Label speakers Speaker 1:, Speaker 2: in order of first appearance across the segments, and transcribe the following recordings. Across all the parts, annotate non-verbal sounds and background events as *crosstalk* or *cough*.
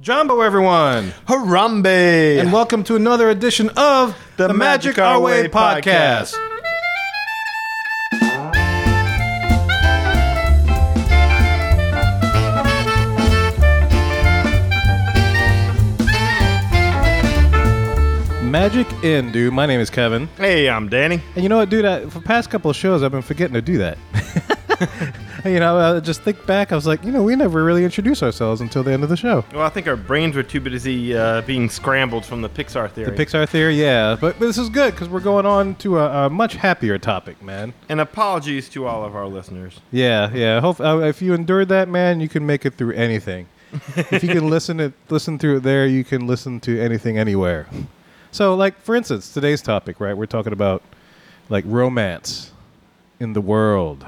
Speaker 1: Jumbo, everyone,
Speaker 2: Harambe!
Speaker 1: and welcome to another edition of the, Magic, Our Way, podcast. Magic in, dude. My name is Kevin,
Speaker 2: Hey, I'm Danny.
Speaker 1: and you know what, dude? I, for the past couple of shows, I've been forgetting to do that. *laughs* you know, I just think back. I was like, you know, we never really introduce ourselves until the end of the show.
Speaker 2: Well, I think our brains were too busy uh, being scrambled from the Pixar theory.
Speaker 1: Pixar theory, yeah, but, but this is good because we're going on to a, a much happier topic, man.
Speaker 2: and apologies to all of our listeners.
Speaker 1: Yeah, yeah. Hope uh, if you endured that, man, you can make it through anything. if you can listen it, listen through it there, you can listen to anything anywhere. So, like for instance, today's topic, right? We're talking about like romance in the world.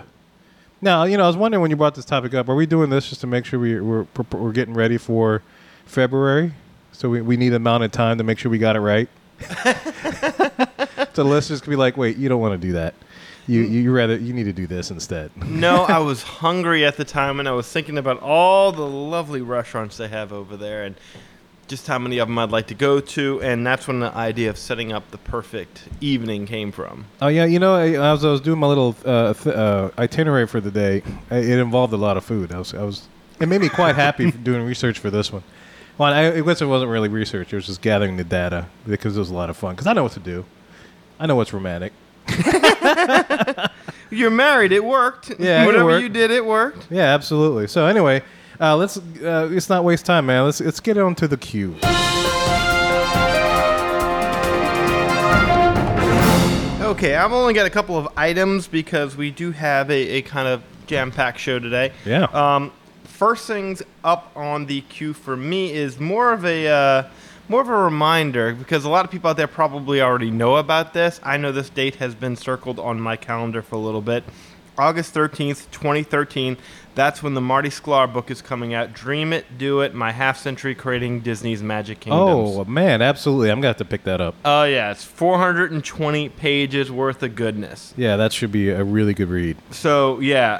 Speaker 1: Now, you know, I was wondering when you brought this topic up, are we doing this just to make sure we, we're pre- we're getting ready for February? So we, we need an amount of time to make sure we got it right. *laughs* so listeners could be like, wait, you don't want to do that. You you you rather you need to do this instead.
Speaker 2: No, I was *laughs* hungry at the time, and I was thinking about all the lovely restaurants they have over there, and just how many of them I'd like to go to, and that's when the idea of setting up the perfect evening came from.
Speaker 1: Oh yeah, you know, I, I was I was doing my little uh, th- uh, itinerary for the day. I, it involved a lot of food. I was I was it made me quite happy *laughs* for doing research for this one. Well, I, I guess it wasn't really research. It was just gathering the data because it was a lot of fun. Because I know what to do. I know what's romantic.
Speaker 2: You're married. It worked.
Speaker 1: Yeah, it
Speaker 2: whatever
Speaker 1: worked.
Speaker 2: you did, it worked.
Speaker 1: Yeah, absolutely. So anyway, uh, let's uh, let's not waste time, man. Let's let's get on to the queue.
Speaker 2: Okay, I've only got a couple of items because we do have a, a kind of jam packed show today.
Speaker 1: Yeah.
Speaker 2: Um, first things up on the queue for me is more of a uh, more of a reminder because a lot of people out there probably already know about this. I know this date has been circled on my calendar for a little bit. August 13th, 2013. That's when the Marty Sklar book is coming out. Dream It, Do It, My Half Century Creating Disney's Magic Kingdoms.
Speaker 1: Oh man, absolutely. I'm gonna have to pick that up.
Speaker 2: Oh yeah, it's 420 pages worth of goodness.
Speaker 1: Yeah, that should be a really good read.
Speaker 2: So yeah,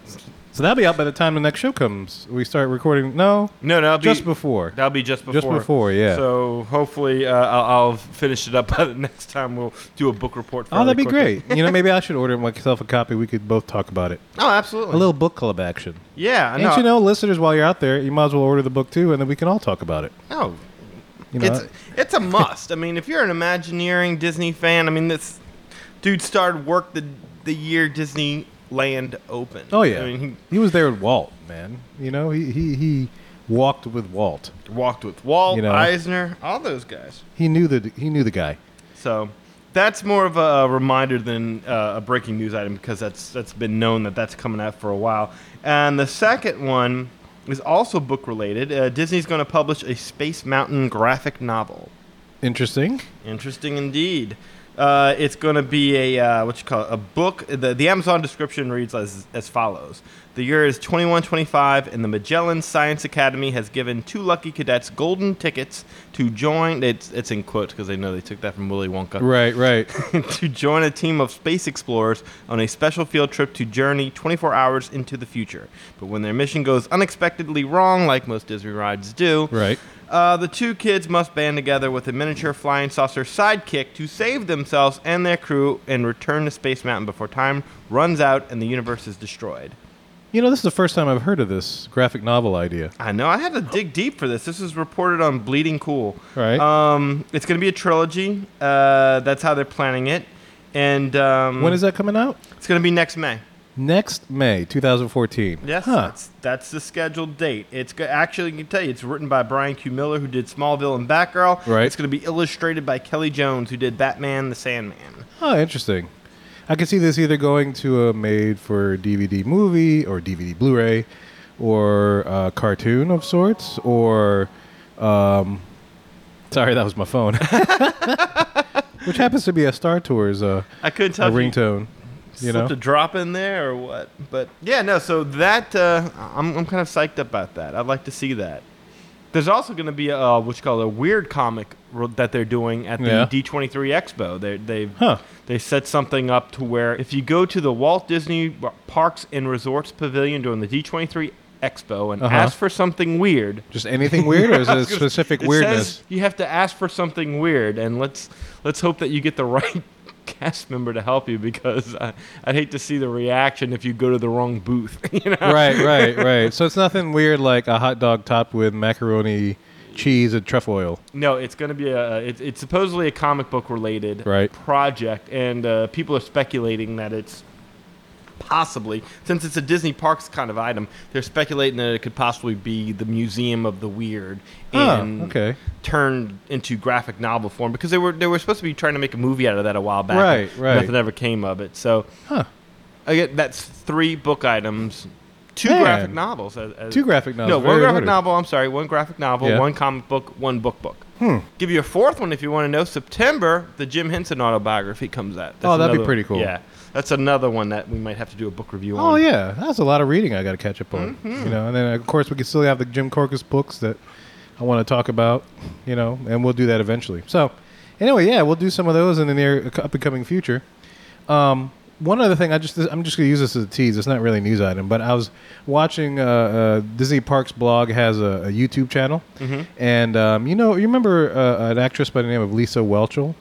Speaker 2: uh,
Speaker 1: So that'll be out by the time the next show comes. We start recording. No,
Speaker 2: no, that'll be
Speaker 1: just before.
Speaker 2: That'll be just before.
Speaker 1: Just before, yeah.
Speaker 2: So hopefully, uh, I'll, I'll finish it up by the *laughs* next time. We'll do a book report.
Speaker 1: Oh, that'd be
Speaker 2: fairly quickly.
Speaker 1: great. You know, maybe I should order myself a copy. We could both talk about it.
Speaker 2: Oh, absolutely.
Speaker 1: A little book club action.
Speaker 2: Yeah,
Speaker 1: And you know, listeners, while you're out there, you might as well order the book too, and then we can all talk about it.
Speaker 2: no,
Speaker 1: You know,
Speaker 2: it's it's a must. I mean, if you're an Imagineering Disney fan, I mean, this dude started work the the year Disneyland opened.
Speaker 1: oh yeah,
Speaker 2: I mean,
Speaker 1: he was there with Walt, man. You know, he he he walked with Walt.
Speaker 2: he walked with Walt
Speaker 1: You know.
Speaker 2: Eisner, all those guys.
Speaker 1: He knew the he knew the guy.
Speaker 2: So that's more of a reminder than uh, a breaking news item because that's that's been known that that's coming out for a while. And the second one is also book related. Uh, Disney's going to publish a Space Mountain graphic novel.
Speaker 1: Interesting.
Speaker 2: Interesting indeed. Uh, it's going to be a uh, what you call it, a book. The, the Amazon description reads as, as follows: The year is 2125, and the Magellan Science Academy has given two lucky cadets golden tickets to join. It's it's in quotes because they know they took that from Willy Wonka
Speaker 1: Right, right.
Speaker 2: *laughs* to join a team of space explorers on a special field trip to journey 24 hours into the future. But when their mission goes unexpectedly wrong, like most Disney rides do,
Speaker 1: Right.
Speaker 2: uh, the two kids must band together with a miniature flying saucer sidekick to save themselves and their crew and return to Space Mountain before time runs out and the universe is destroyed.
Speaker 1: *laughs* You know, this is the first time I've heard of this graphic novel idea.
Speaker 2: I know. I had to dig deep for this. This was reported on Bleeding Cool.
Speaker 1: Right.
Speaker 2: Um, it's going to be a trilogy. Uh, that's how they're planning it. And um,
Speaker 1: When is that coming out?
Speaker 2: It's going to be next May.
Speaker 1: Next May 2014.
Speaker 2: Yes,
Speaker 1: Huh.
Speaker 2: that's that's the scheduled date. It's go- actually I can tell you it's written by Brian Q. Miller who did Smallville and Batgirl.
Speaker 1: Right.
Speaker 2: It's going to be illustrated by Kelly Jones who did Batman the Sandman.
Speaker 1: Oh, interesting. I could see this either going to a made for DVD movie or DVD Blu ray or a cartoon of sorts or. Um, sorry, that was my phone. *laughs* Which happens to be a Star Tours uh,
Speaker 2: I couldn't
Speaker 1: a
Speaker 2: tell if you
Speaker 1: ringtone. You know?
Speaker 2: slipped a drop in there or what. But yeah, no. So that uh, I'm I'm kind of psyched about that. I'd like to see that. There's also going to be a, uh, what you call a weird comic ro- that they're doing at the
Speaker 1: Yeah.
Speaker 2: D23 Expo. They they've
Speaker 1: Huh.
Speaker 2: They set something up to where if you go to the Walt Disney Parks and Resorts Pavilion during the D23 Expo and
Speaker 1: Uh-huh.
Speaker 2: ask for something weird.
Speaker 1: Just anything weird,
Speaker 2: *laughs*
Speaker 1: or is it a
Speaker 2: It's gonna-
Speaker 1: specific
Speaker 2: it
Speaker 1: weirdness?
Speaker 2: says you have to ask for something weird, and let's let's hope that you get the *laughs* right cast member to help you because I, I'd hate to see the reaction if you go to the wrong booth. *laughs* you know?
Speaker 1: right, right, right. So it's nothing weird like a hot dog topped with macaroni, cheese, and truffle oil.
Speaker 2: No, it's going to be a. It's, it's supposedly a comic book related
Speaker 1: Right.
Speaker 2: project, and uh, people are speculating that it's possibly, since it's a Disney Parks kind of item, they're speculating that it could possibly be the Museum of the Weird and
Speaker 1: oh, okay.
Speaker 2: turned into graphic novel form because they were they were supposed to be trying to make a movie out of that a while back.
Speaker 1: Right,
Speaker 2: and
Speaker 1: right.
Speaker 2: Nothing ever came of it. So
Speaker 1: Huh.
Speaker 2: again, that's three book items, two
Speaker 1: Man.
Speaker 2: graphic novels. As, as-
Speaker 1: Two graphic novels.
Speaker 2: no,
Speaker 1: very
Speaker 2: one graphic
Speaker 1: ordered.
Speaker 2: novel. I'm sorry, one graphic novel,
Speaker 1: Yeah.
Speaker 2: one comic book, one book book.
Speaker 1: Hmm.
Speaker 2: Give you a fourth one if you want to know. September, the Jim Henson autobiography comes out.
Speaker 1: Oh, that'd be
Speaker 2: another-
Speaker 1: pretty cool.
Speaker 2: Yeah, that's another one that we might have to do a book review on.
Speaker 1: Oh yeah, that's a lot of reading I got to catch up on. You know, and then of course we can still have the Jim Corcus books that I want to talk about. You know, and we'll do that eventually. So anyway, yeah, we'll do some of those in the near uh, up and coming future. Um, one other thing, I just I'm just gonna use this as a tease. It's not really a news item, but I was watching uh, uh, Disney Parks blog has a, a YouTube channel, and um, you know, you remember uh, an actress by the name of Lisa Welchel,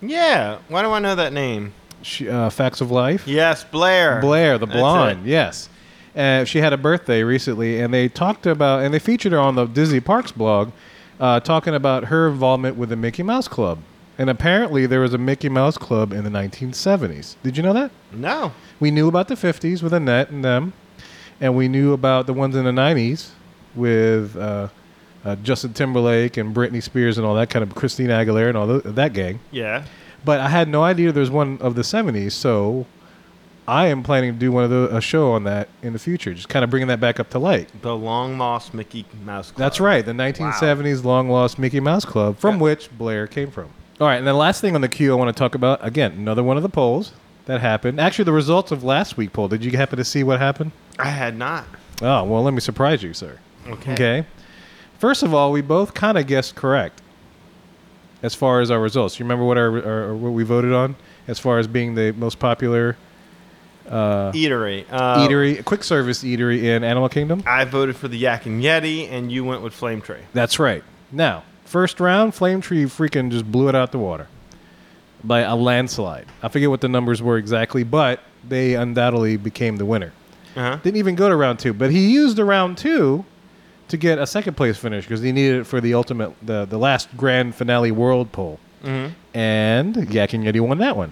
Speaker 2: Yeah. Why do I know that name?
Speaker 1: she, uh, Facts of Life.
Speaker 2: Yes, Blair.
Speaker 1: Blair, the
Speaker 2: That's it.
Speaker 1: blonde, yes. Uh, she had a birthday recently, and they talked about, and they featured her on the Disney Parks blog, uh, talking about her involvement with the Mickey Mouse Club. And apparently, there was a Mickey Mouse Club in the 1970s. Did you know that?
Speaker 2: No.
Speaker 1: We knew about the 50s with Annette and them, and we knew about the ones in the 90s with uh, uh, Justin Timberlake and Britney Spears and all that kind of Christina Aguilera and all tho- that gang.
Speaker 2: Yeah.
Speaker 1: But I had no idea there's one of the 70s, so I am planning to do one of the, a show on that in the future, just kind of bringing that back up to light.
Speaker 2: The Long Lost Mickey Mouse Club.
Speaker 1: That's right, the 1970s long lost Mickey Mouse Club, from
Speaker 2: Yeah.
Speaker 1: which Blair came from. All right, and then last thing on the queue I want to talk about again, another one of the polls that happened. Actually, the results of last week poll. Did you happen to see what happened?
Speaker 2: I had not.
Speaker 1: Oh, well, let me surprise you, sir.
Speaker 2: Okay.
Speaker 1: Okay. First of all, we both kind of guessed correct as far as our results. You remember what our, our, what we voted on as far as being the most popular
Speaker 2: Eatery. Uh,
Speaker 1: eatery, quick service eatery in Animal Kingdom?
Speaker 2: I voted for the Yak and Yeti, and you went with Flame Tree.
Speaker 1: That's right. Now, first round, Flame Tree freaking just blew it out the water by a landslide. I forget what the numbers were exactly, but they undoubtedly became the winner.
Speaker 2: Uh huh.
Speaker 1: Didn't even go to round two, but he used a round two to get a second place finish because he needed it for the ultimate, the, the last grand finale world poll.
Speaker 2: Mm-hmm.
Speaker 1: and Yak and Yeti won that one.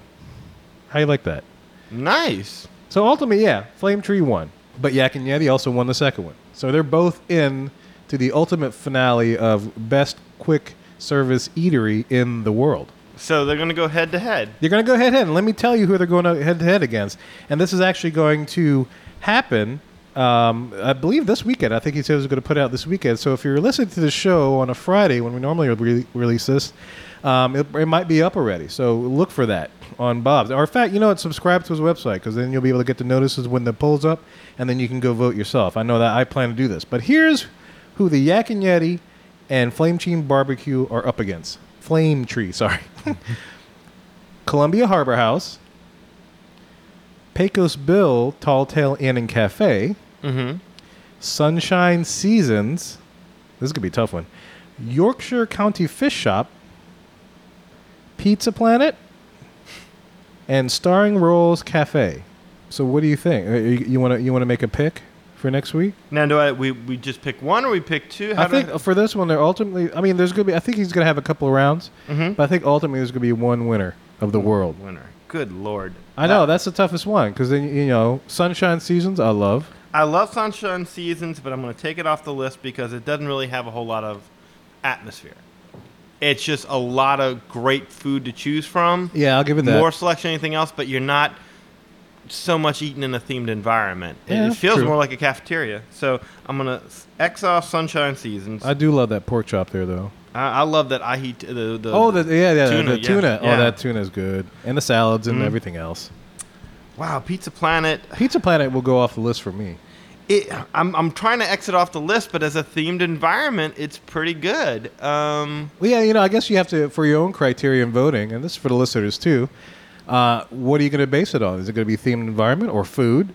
Speaker 1: How you like that?
Speaker 2: Nice.
Speaker 1: So ultimately, yeah, Flame Tree won, but Yak and Yeti also won the second one. So they're both in to the ultimate finale of best quick service eatery in the world.
Speaker 2: So they're gonna go head to head.
Speaker 1: You're going to go head to head, and let me tell you who they're going head to head against. And this is actually going to happen. Um, I believe this weekend. I think he said he was going to put it out this weekend. So if you're listening to the show on a Friday when we normally re- release this, um, it, it might be up already. So look for that on Bob's. Or in fact, you know what? Subscribe to his website because then you'll be able to get the notices when the polls up, and then you can go vote yourself. I know that I plan to do this. But here's who the Yak and Yeti and Flame Team Barbecue are up against. Flame Tree, *laughs* sorry. Columbia Harbor House, Pecos Bill Tall Tale Inn and Cafe,
Speaker 2: Mm-hmm.
Speaker 1: Sunshine Seasons. This is gonna be a tough one. Yorkshire County Fish Shop, Pizza Planet, and Starring Rolls Cafe. So, what do you think? Uh, You, you want to you want to make a pick for next week?
Speaker 2: Now, do I we, we just pick one or we pick two?
Speaker 1: I
Speaker 2: do
Speaker 1: think for this one, they're ultimately. I mean, there's gonna be. I think he's gonna have a couple of rounds,
Speaker 2: Mhm.
Speaker 1: but I think ultimately there's gonna be one winner of the world.
Speaker 2: winner. Good lord.
Speaker 1: I know that's the toughest one because then you know sunshine seasons I love.
Speaker 2: I love Sunshine Seasons, but I'm gonna take it off the list because it doesn't really have a whole lot of atmosphere. It's just a lot of great food to choose from.
Speaker 1: Yeah, I'll give it that.
Speaker 2: more selection than anything else, but you're not so much eating in a themed environment. It-
Speaker 1: Yeah,
Speaker 2: it feels
Speaker 1: true.
Speaker 2: more like a cafeteria. So I'm gonna s- X off Sunshine Seasons.
Speaker 1: I
Speaker 2: I,
Speaker 1: do love that pork chop there though.
Speaker 2: I love that I eat the, the
Speaker 1: oh, the yeah, yeah,
Speaker 2: tuna,
Speaker 1: the
Speaker 2: yeah,
Speaker 1: tuna.
Speaker 2: yeah.
Speaker 1: Oh, that tuna is good, and the salads and
Speaker 2: Mhm.
Speaker 1: everything else.
Speaker 2: wow Pizza Planet.
Speaker 1: Pizza Planet will go off the list for me.
Speaker 2: It, I'm I'm trying to exit off the list, but as a themed environment, it's pretty good. Um,
Speaker 1: Well, yeah, you know, I guess you have to for your own criteria in voting, and this is for the listeners too. Uh, what are you going to base it on? Is it going to be themed environment or food?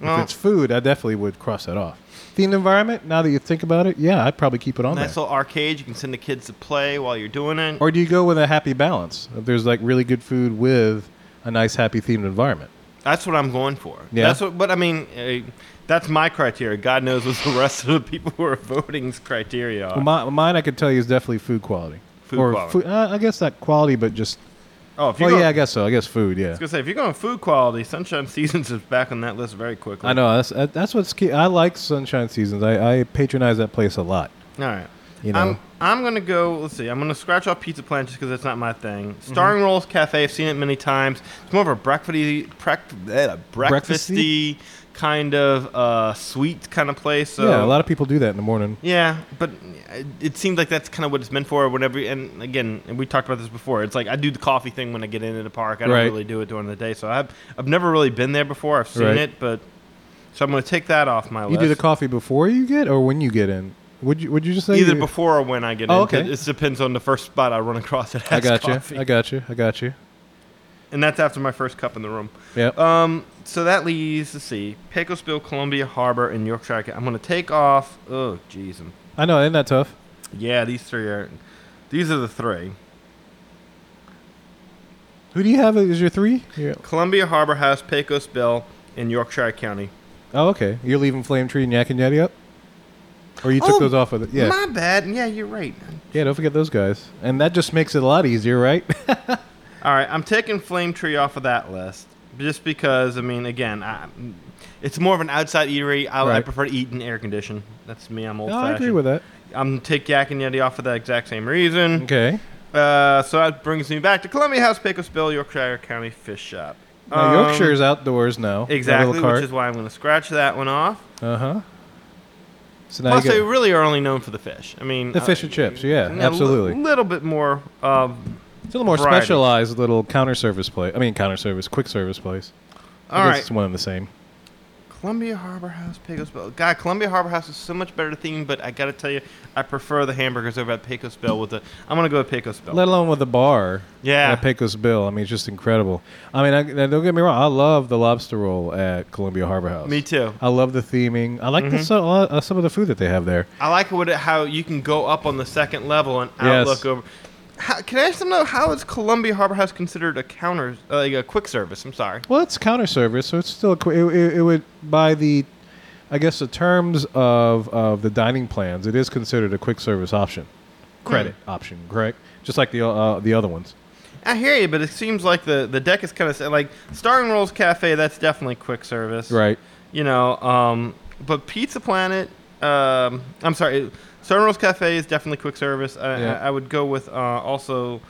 Speaker 2: Well-
Speaker 1: if it's food, I definitely would cross that off. Themed environment. Now that you think about it, yeah, I'd probably keep it on
Speaker 2: Nice
Speaker 1: there.
Speaker 2: little arcade. You can send the kids to play while you're doing it.
Speaker 1: Or do you go with a happy balance? If There's like really good food with a nice, happy themed environment.
Speaker 2: That's what I'm going for.
Speaker 1: Yeah.
Speaker 2: That's what. But I mean, uh, that's my criteria. God knows what the *laughs* rest of the people who are voting's criteria are.
Speaker 1: Well, my, mine, I could tell you, is definitely food quality.
Speaker 2: Food
Speaker 1: or
Speaker 2: quality.
Speaker 1: Food, uh, I guess not quality, but just.
Speaker 2: oh, if
Speaker 1: Oh
Speaker 2: you're going,
Speaker 1: yeah, I guess so. I guess food. Yeah.
Speaker 2: I was gonna say if you're going food quality, Sunshine *laughs* Seasons is back on that list very quickly.
Speaker 1: I know that's that- that's what's key. I like Sunshine Seasons. I, I patronize that place a lot.
Speaker 2: All right.
Speaker 1: You know?
Speaker 2: I'm, I'm gonna go. Let's see. I'm gonna scratch off Pizza Planet just because that's not my thing.
Speaker 1: Mm-hmm.
Speaker 2: Starring Rolls Cafe. I've seen it many times. It's more of a breakfasty, prec- eh, breakfasty kind of uh, sweet kind of place. So
Speaker 1: yeah, a lot of people do that in the morning.
Speaker 2: Yeah, but it- it seems like that's kind of what it's meant for. Whenever, and again, and we talked about this before. It's like I do the coffee thing when I get into the park. I don't
Speaker 1: Right.
Speaker 2: really do it during the day, so I've I've never really been there before. I've seen
Speaker 1: Right.
Speaker 2: it, but so I'm going to take that off my
Speaker 1: You
Speaker 2: list.
Speaker 1: do the coffee before you get or when you get in. Would you Would you just say
Speaker 2: either
Speaker 1: you-
Speaker 2: before or when I get
Speaker 1: Oh,
Speaker 2: in. 'cause
Speaker 1: okay.
Speaker 2: It depends on the first spot I run *laughs* across. That
Speaker 1: I
Speaker 2: has
Speaker 1: got
Speaker 2: coffee.
Speaker 1: you. I got you. I got you.
Speaker 2: and that's after my first cup in the room.
Speaker 1: Yeah.
Speaker 2: Um, so that leaves let's see, Pecosville, Columbia Harbor, and Yorkshire. I'm going to take off. Oh, jeez, I'm
Speaker 1: I know. Isn't that tough?
Speaker 2: Yeah, these three are. These are the three.
Speaker 1: Who do you have as your three? Yeah.
Speaker 2: Columbia Harbor House, Pecos Bill, in Yorkshire County.
Speaker 1: Oh, okay. You're leaving Flame Tree and Yak and Yeti up, or you took
Speaker 2: Oh,
Speaker 1: those off of it? Yeah.
Speaker 2: My bad. Yeah, you're right.
Speaker 1: yeah. Don't forget those guys. And that just makes it a lot easier, right?
Speaker 2: All right, I'm taking Flame Tree off of that list just because, I mean, again, I, it's more of an outside eatery. I, I
Speaker 1: Right.
Speaker 2: prefer to eat in air condition. That's me. I'm *laughs* old
Speaker 1: no,
Speaker 2: fashioned.
Speaker 1: Oh, I agree with
Speaker 2: *laughs*
Speaker 1: that.
Speaker 2: I'm going to take Yak and Yeti off for that exact same reason.
Speaker 1: Okay.
Speaker 2: Uh, so that brings me back to Columbia House, Pecos Bill, Yorkshire County Fish Shop.
Speaker 1: Now
Speaker 2: Um,
Speaker 1: Yorkshire is outdoors now. that
Speaker 2: Exactly,
Speaker 1: little
Speaker 2: which
Speaker 1: cart.
Speaker 2: is why I'm going to scratch that one off.
Speaker 1: Uh huh. So now
Speaker 2: Plus,
Speaker 1: you
Speaker 2: they
Speaker 1: got,
Speaker 2: really are only known for the fish. I mean, uh,
Speaker 1: The fish and chips, yeah, absolutely.
Speaker 2: A li- little bit more. Uh,
Speaker 1: It's a little more
Speaker 2: Variety.
Speaker 1: specialized little counter service place. I mean, counter service, quick service place.
Speaker 2: all
Speaker 1: I guess
Speaker 2: right,
Speaker 1: it's one and the same.
Speaker 2: Columbia Harbor House, Pecos Bill. God, Columbia Harbor House is so much better themed, but I gotta tell you, I prefer the hamburgers over at Pecos Bill. With the, I'm gonna go with Pecos Bill.
Speaker 1: Let alone with the bar.
Speaker 2: Yeah.
Speaker 1: At Pecos Bill. I mean, it's just incredible. I mean, I, now, don't get me wrong. I love the lobster roll at Columbia Harbor House.
Speaker 2: Me too.
Speaker 1: I love the theming. I like the, so, uh, some of the food that they have there.
Speaker 2: I like what it, how you can go up on the second level and
Speaker 1: Yes.
Speaker 2: outlook over. How, can I ask them though? How is Columbia Harbor House considered a counter, uh, like a quick service? I'm sorry.
Speaker 1: Well, it's counter service, so it's still a, qu- it, it, it would by the, I guess the terms of of the dining plans, it is considered a quick service option, credit option, correct? Just like the uh, the other ones.
Speaker 2: I hear you, but it seems like the the deck is kind of like Star and Rolls Cafe. That's definitely quick service,
Speaker 1: Right.
Speaker 2: You know, um, but Pizza Planet. Um, I'm sorry, Star and Rolls Cafe is definitely quick service. I,
Speaker 1: Yeah.
Speaker 2: I, I would go with uh, also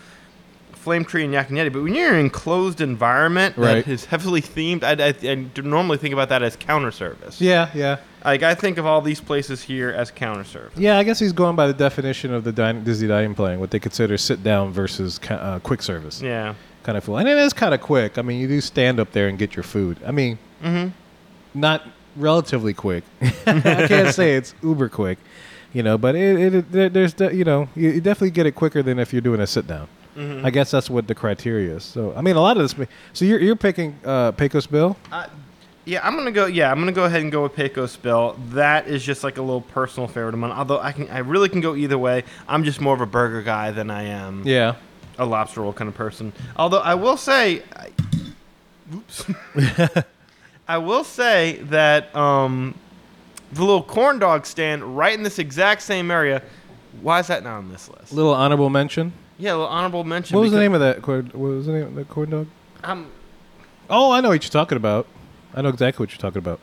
Speaker 2: Flame Tree and Yak and Yeti. But when you're in an enclosed environment
Speaker 1: Right.
Speaker 2: that is heavily themed, I, I, I do normally think about that as counter service.
Speaker 1: Yeah, yeah,
Speaker 2: Like I think of all these places here as counter service.
Speaker 1: yeah. I guess he's going by the definition of the din- Disney dining plan, what they consider sit down versus ca- uh, quick service
Speaker 2: Yeah.
Speaker 1: kind of food, and it is kind of quick. I mean, you do stand up there and get your food. I mean,
Speaker 2: Mm-hmm.
Speaker 1: not relatively quick. *laughs* I can't say it's uber quick, you know, but it, it, there there's de- you know you, you definitely get it quicker than if you're doing a sit down.
Speaker 2: Mhm.
Speaker 1: I guess that's what the criteria is. So I mean, a lot of this. ma- So you're you're picking uh, Pecos Bill.
Speaker 2: Uh, yeah, I'm gonna go. Yeah, I'm gonna go ahead and go with Pecos Bill. That is just like a little personal favorite of mine. Although I can, I really can go either way. I'm just more of a burger guy than I am
Speaker 1: Yeah.
Speaker 2: a lobster roll kind of person. Although I will say, I,
Speaker 1: *laughs*
Speaker 2: oops, I will say that um, the little corn dog stand right in this exact same area. Why is that not on this list?
Speaker 1: Little honorable mention.
Speaker 2: Yeah, a little honorable mention.
Speaker 1: What was the
Speaker 2: because
Speaker 1: name of that? Corn, what was the name of that corn dog?
Speaker 2: I'm,
Speaker 1: Oh, I know what you're talking about. I know exactly what you're talking about.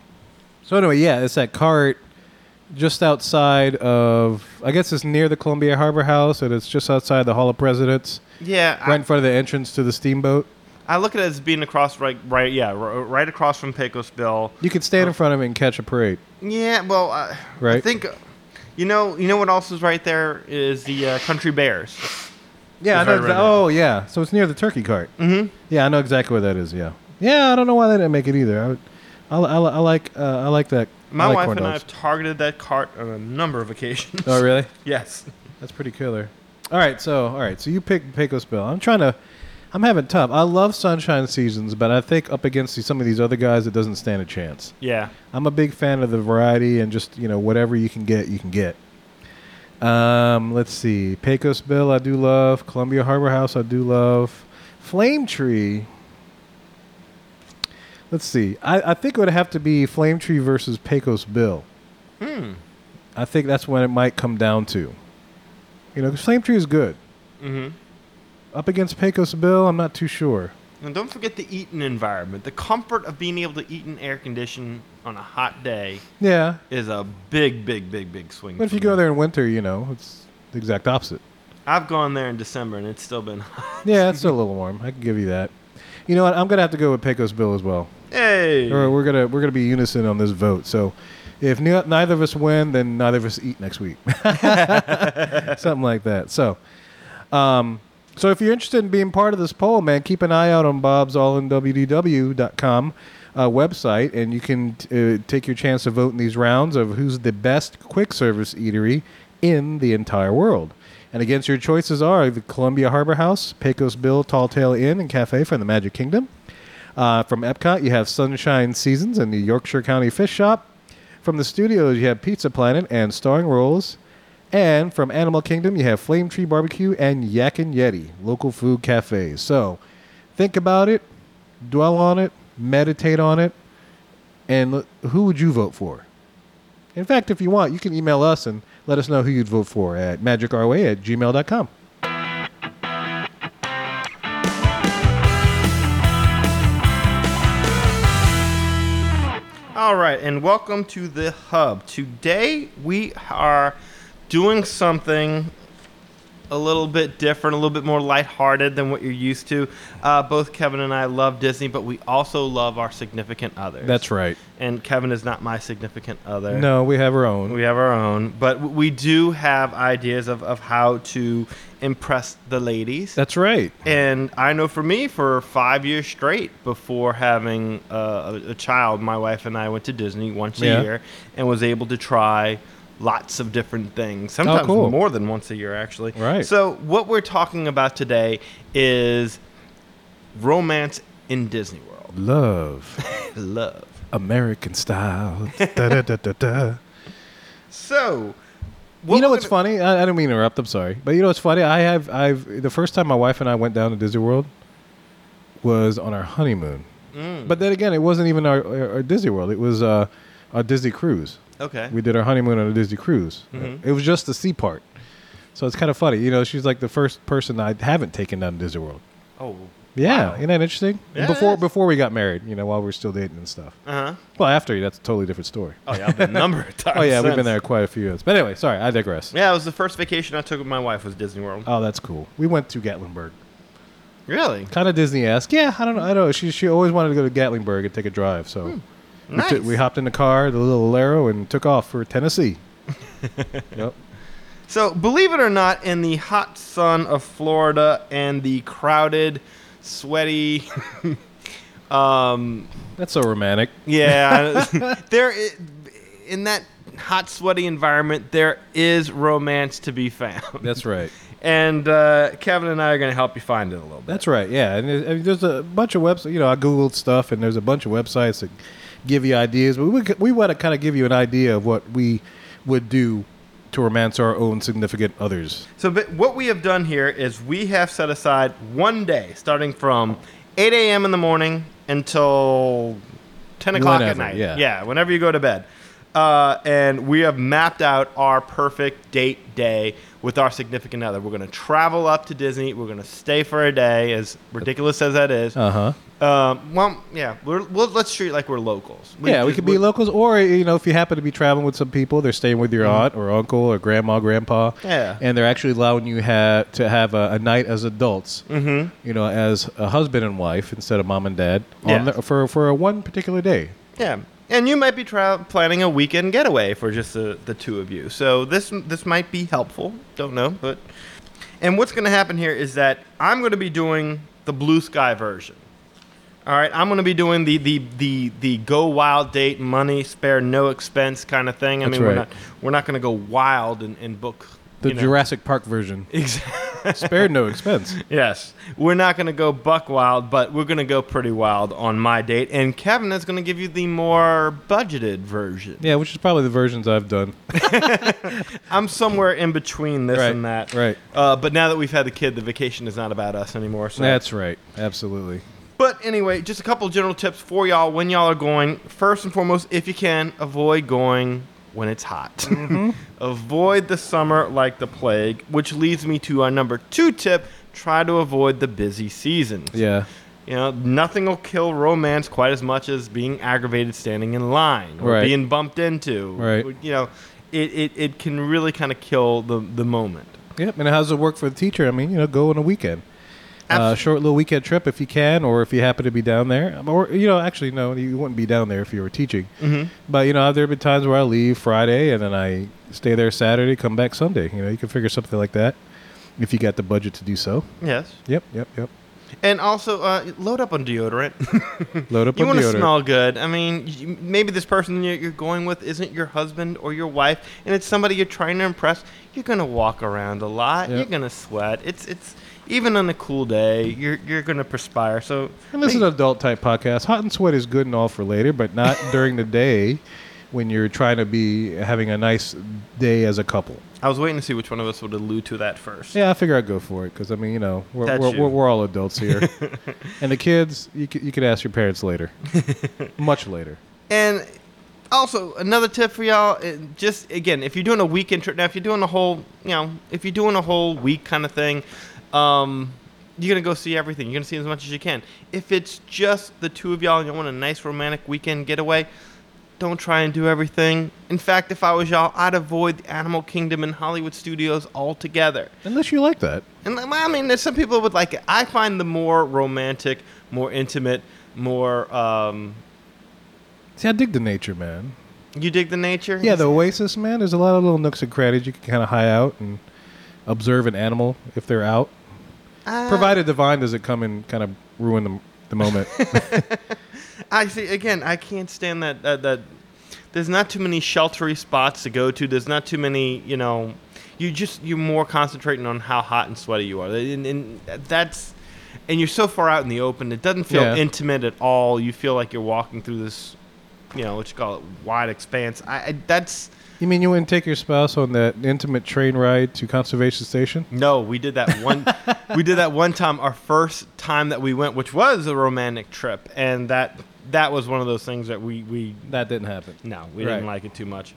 Speaker 1: So anyway, yeah, it's that cart just outside of. I guess it's near the Columbia Harbor House, and it's just outside the Hall of Presidents.
Speaker 2: yeah, I-
Speaker 1: right in front of the entrance to the steamboat.
Speaker 2: I, look at it as being across right, right, yeah, r- right across from Pecos Bill.
Speaker 1: You could stand in
Speaker 2: Oh.
Speaker 1: front of it and catch a parade.
Speaker 2: Yeah, well, I, I
Speaker 1: Right.
Speaker 2: think you know. You know what else is right there is the uh, Country Bears.
Speaker 1: Yeah, I
Speaker 2: It's right
Speaker 1: know
Speaker 2: around
Speaker 1: exa- oh yeah. So it's near the turkey cart.
Speaker 2: Mm-hmm.
Speaker 1: Yeah, I know exactly where that is. Yeah, yeah. I don't know why they didn't make it either. I, would, I, li- I, li- I like uh, I like that.
Speaker 2: My
Speaker 1: I like
Speaker 2: wife
Speaker 1: corn
Speaker 2: and I
Speaker 1: dogs.
Speaker 2: have targeted that cart on a number of occasions.
Speaker 1: Oh really?
Speaker 2: yes.
Speaker 1: That's pretty killer. All right, so all right, so you pick Pecos Bill. I'm trying to I'm having tough. I love Sunshine Seasons, but I think up against some of these other guys, it doesn't stand a chance.
Speaker 2: Yeah.
Speaker 1: I'm a big fan of the variety and just you know whatever you can get, you can get. Um, let's see, Pecos Bill, I do love Columbia Harbor House, I do love Flame Tree. Let's see, I, I think it would have to be Flame Tree versus Pecos Bill.
Speaker 2: Hmm.
Speaker 1: I think that's when it might come down to. You know, 'cause Flame Tree is good.
Speaker 2: Mm-hmm.
Speaker 1: Up against Pecos Bill, I'm not too sure.
Speaker 2: And don't forget the eating environment. The comfort of being able to eat in air condition on a hot day
Speaker 1: Yeah,
Speaker 2: is a big, big, big, big swing.
Speaker 1: but if
Speaker 2: for
Speaker 1: you go
Speaker 2: me.
Speaker 1: there in winter, you know it's the exact opposite.
Speaker 2: I've gone there in December and it's still been hot.
Speaker 1: Yeah, it's still a little warm. I can give you that. You know what? I'm gonna have to go with Pecos Bill as well.
Speaker 2: Hey.
Speaker 1: Or we're gonna we're gonna be unison on this vote. So if ne- neither of us win, then neither of us eat next week. *laughs* Something like that. So, um, so if you're interested in being part of this poll, man, keep an eye out on Bob's allinwdw.com uh, website, and you can t- uh, take your chance to vote in these rounds of who's the best quick service eatery in the entire world. And against your choices are the Columbia Harbor House, Pecos Bill, Tall Tale Inn and Cafe from the Magic Kingdom. Uh, from Epcot, you have Sunshine Seasons and the Yorkshire County Fish Shop. From the studios, you have Pizza Planet and Starring Rolls. And from Animal Kingdom, you have Flame Tree Barbecue and Yak and Yeti, local food cafes. So think about it, dwell on it, meditate on it, and l- who would you vote for? In fact, if you want, you can email us and let us know who you'd vote for at magicourway at gmail.com.
Speaker 2: All right, and welcome to the hub. Today we are doing something a little bit different, a little bit more lighthearted than what you're used to. Uh, both Kevin and I love Disney, but we also love our significant others.
Speaker 1: right.
Speaker 2: And Kevin is not my significant other.
Speaker 1: No, we have our own.
Speaker 2: We have our own, but w- we do have ideas of, of how to impress the ladies.
Speaker 1: That's right.
Speaker 2: And I know for me, for five years straight before having uh, a, a child, my wife and I went to Disney once
Speaker 1: Yeah.
Speaker 2: a year and was able to try lots of different things. Sometimes
Speaker 1: Oh, cool.
Speaker 2: more than once a year, actually.
Speaker 1: Right.
Speaker 2: So what we're talking about today is romance in Disney World. *laughs*
Speaker 1: Love.
Speaker 2: Love.
Speaker 1: American
Speaker 2: *laughs*
Speaker 1: style. da, da, da, da, da.
Speaker 2: So,
Speaker 1: you know
Speaker 2: we're
Speaker 1: what's
Speaker 2: gonna-
Speaker 1: funny? I, I didn't mean to interrupt. I'm sorry, but you know what's funny? I have I've the first time my wife and I went down to Disney World was on our honeymoon.
Speaker 2: Mm,
Speaker 1: But then again, it wasn't even our, our, our Disney World. It was uh, a Disney cruise.
Speaker 2: okay.
Speaker 1: We did our honeymoon on a Disney cruise.
Speaker 2: Mhm.
Speaker 1: It was just the sea part. So it's kind of funny. You know, she's like the first person I haven't taken down to Disney World.
Speaker 2: oh.
Speaker 1: Yeah,
Speaker 2: Wow.
Speaker 1: isn't that interesting?
Speaker 2: Yeah, it
Speaker 1: before
Speaker 2: is.
Speaker 1: before we got married, you know, while we were still dating and stuff.
Speaker 2: Uh huh.
Speaker 1: Well, after that's a totally different story.
Speaker 2: Oh yeah, I've been a number of
Speaker 1: *laughs*
Speaker 2: times.
Speaker 1: Oh yeah, we've been
Speaker 2: since.
Speaker 1: there quite a few years. But anyway, sorry, I digress.
Speaker 2: Yeah, it was the first vacation I took with my wife was Disney World.
Speaker 1: Oh, that's cool. We went to Gatlinburg.
Speaker 2: Really?
Speaker 1: Kind of Disney-esque. Yeah, I don't know. I don't know. She she always wanted to go to Gatlinburg and take a drive. So we,
Speaker 2: Nice.
Speaker 1: took- we hopped in the car, the little Alero, and took off for *laughs* Tennessee. yep.
Speaker 2: So, believe it or not, in the hot sun of Florida and the crowded, sweaty, *laughs* um,
Speaker 1: That's so romantic.
Speaker 2: yeah, *laughs* there i in that hot, sweaty environment, there is romance to be found. *laughs*
Speaker 1: That's right.
Speaker 2: And uh, Kevin and I are going to help you find it a little bit.
Speaker 1: That's right. Yeah, and there's, and there's a bunch of websites. You know, I googled stuff, and there's a bunch of websites that give you ideas. But we c- we want to kind of give you an idea of what we would do to romance our own significant others.
Speaker 2: So, but what we have done here is we have set aside one day, starting from 8 a.m. in the morning until 10 o'clock at
Speaker 1: Whenever,
Speaker 2: night.
Speaker 1: yeah.
Speaker 2: whenever you go to bed. Uh, and we have mapped out our perfect date day with our significant other. We're going to travel up to Disney. We're going to stay for a day, as ridiculous as that is.
Speaker 1: Uh huh.
Speaker 2: Um, well, yeah, we're, well, let's treat it like we're locals.
Speaker 1: yeah, we
Speaker 2: just-
Speaker 1: could be locals, or you know, if you happen to be traveling with some people, they're staying with your aunt or uncle or grandma, grandpa,
Speaker 2: Mm-hmm. Yeah.
Speaker 1: and they're actually allowing you ha- to have a, a night as adults, mm-hmm. you know, as a husband and wife instead of mom and dad,
Speaker 2: Yeah.
Speaker 1: on the, for for a one particular day.
Speaker 2: Yeah, and you might be tra- planning a weekend getaway for just the, the two of you. So this this might be helpful. Don't know, but and what's going to happen here is that I'm going to be doing the blue sky version. All right, I'm going to be doing the the the the go wild date, money spare, no expense kind of thing. I
Speaker 1: That's
Speaker 2: mean, we're
Speaker 1: right.
Speaker 2: not we're not going to go wild and, and book
Speaker 1: The
Speaker 2: *laughs* you know.
Speaker 1: Jurassic Park version.
Speaker 2: Exactly.
Speaker 1: Spared
Speaker 2: *laughs*
Speaker 1: no expense.
Speaker 2: Yes, we're not going to go buck wild, but we're going to go pretty wild on my date. And Kevin is going to give you the more budgeted version.
Speaker 1: Yeah, which is probably the versions I've done.
Speaker 2: I'm somewhere in between this
Speaker 1: Right,
Speaker 2: and that.
Speaker 1: right.
Speaker 2: Uh, but now that we've had the kid, the vacation is not about us anymore. So
Speaker 1: That's right. Absolutely.
Speaker 2: But anyway, just a couple general tips for y'all when y'all are going. First and foremost, if you can, avoid going when it's hot. *laughs* avoid the summer like the plague, which leads me to our number two tip try to avoid the busy seasons.
Speaker 1: Yeah.
Speaker 2: You know, nothing will kill romance quite as much as being aggravated standing in line or
Speaker 1: Right.
Speaker 2: being bumped into.
Speaker 1: Right.
Speaker 2: You know, it, it, it can really kind of kill the, the moment.
Speaker 1: Yep. And how does it work for the teacher? I mean, you know, go on a weekend. Uh,
Speaker 2: Abs-
Speaker 1: short little weekend trip if you can, or if you happen to be down there. Or, you know, actually, no, you wouldn't be down there if you were teaching.
Speaker 2: Mhm.
Speaker 1: But, you know, there have been times where I leave Friday and then I stay there Saturday, come back Sunday. You know, you can figure something like that if you got the budget to do so.
Speaker 2: Yes.
Speaker 1: Yep, yep, yep.
Speaker 2: And also, uh, load up on deodorant.
Speaker 1: *laughs* Load up
Speaker 2: Hmm. You
Speaker 1: on
Speaker 2: want to
Speaker 1: deodorant.
Speaker 2: smell good. I mean, you, maybe this person you're, you're going with isn't your husband or your wife, and it's somebody you're trying to impress. You're gonna walk around a lot.
Speaker 1: Yeah.
Speaker 2: You're gonna sweat. It's it's even on a cool day. You're you're gonna perspire. So
Speaker 1: And this is an adult type podcast. Hot and sweat is good and all for later, but not during the day when you're trying to be having a nice day as a couple.
Speaker 2: I was waiting to see which one of us would allude to that first.
Speaker 1: Yeah, I figure I'd go for it because I mean, you know, we're
Speaker 2: That's
Speaker 1: we're,
Speaker 2: you.
Speaker 1: we're, we're all adults
Speaker 2: *laughs*
Speaker 1: here, and the kids, you could, you could ask your parents later, much later.
Speaker 2: And also another tip for y'all: uh, just again, if you're doing a weekend trip now, if you're doing a whole, you know, if you're doing a whole week kind of thing, um, you're gonna go see everything. You're gonna see as much as you can. If it's just the two of y'all and you want a nice romantic weekend getaway, don't try and do everything. In fact, if I was y'all, I'd avoid the Animal Kingdom and Hollywood Studios altogether.
Speaker 1: Unless you like that,
Speaker 2: And like, well, I mean, there's some people would like it. I find the more romantic, more intimate, more. Um,
Speaker 1: see, I dig the nature, man.
Speaker 2: you dig the nature?
Speaker 1: Yeah, the oasis, man. There's a lot of little nooks and crannies you can kind of high out and observe an animal if they're out,
Speaker 2: Uh,
Speaker 1: provided the vine doesn't come and kind of ruin the, the moment.
Speaker 2: I see. Again, I can't stand that, that. That there's not too many sheltery spots to go to. There's not too many. You know, you just you're more concentrating on how hot and sweaty you are, and, and that's and you're so far out in the open. It doesn't feel
Speaker 1: Yeah.
Speaker 2: intimate at all. You feel like you're walking through this, you know, what you call it, wide expanse. I, I that's
Speaker 1: You mean you wouldn't take your spouse on that intimate train ride to conservation station?
Speaker 2: No, we did that one. we did that one time. Our first time that we went, which was a romantic trip, and that that was one of those things that we we
Speaker 1: That didn't happen.
Speaker 2: no, we
Speaker 1: Right.
Speaker 2: didn't like it too much.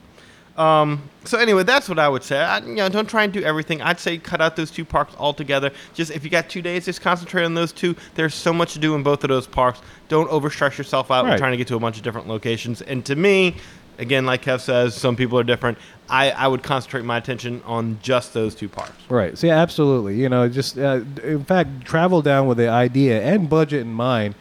Speaker 2: Um, so anyway, that's what I would say. I, you know, don't try and do everything. I'd say cut out those two parks altogether. Just if you got two days, just concentrate on those two. There's so much to do in both of those parks. Don't overstress yourself out with
Speaker 1: Right.
Speaker 2: trying to get to a bunch of different locations. And to me, again, like Kev says, some people are different. I, I would concentrate my attention on just those two parks.
Speaker 1: Right. See, absolutely. You know, just uh, d- in fact, travel down with the idea and budget in mind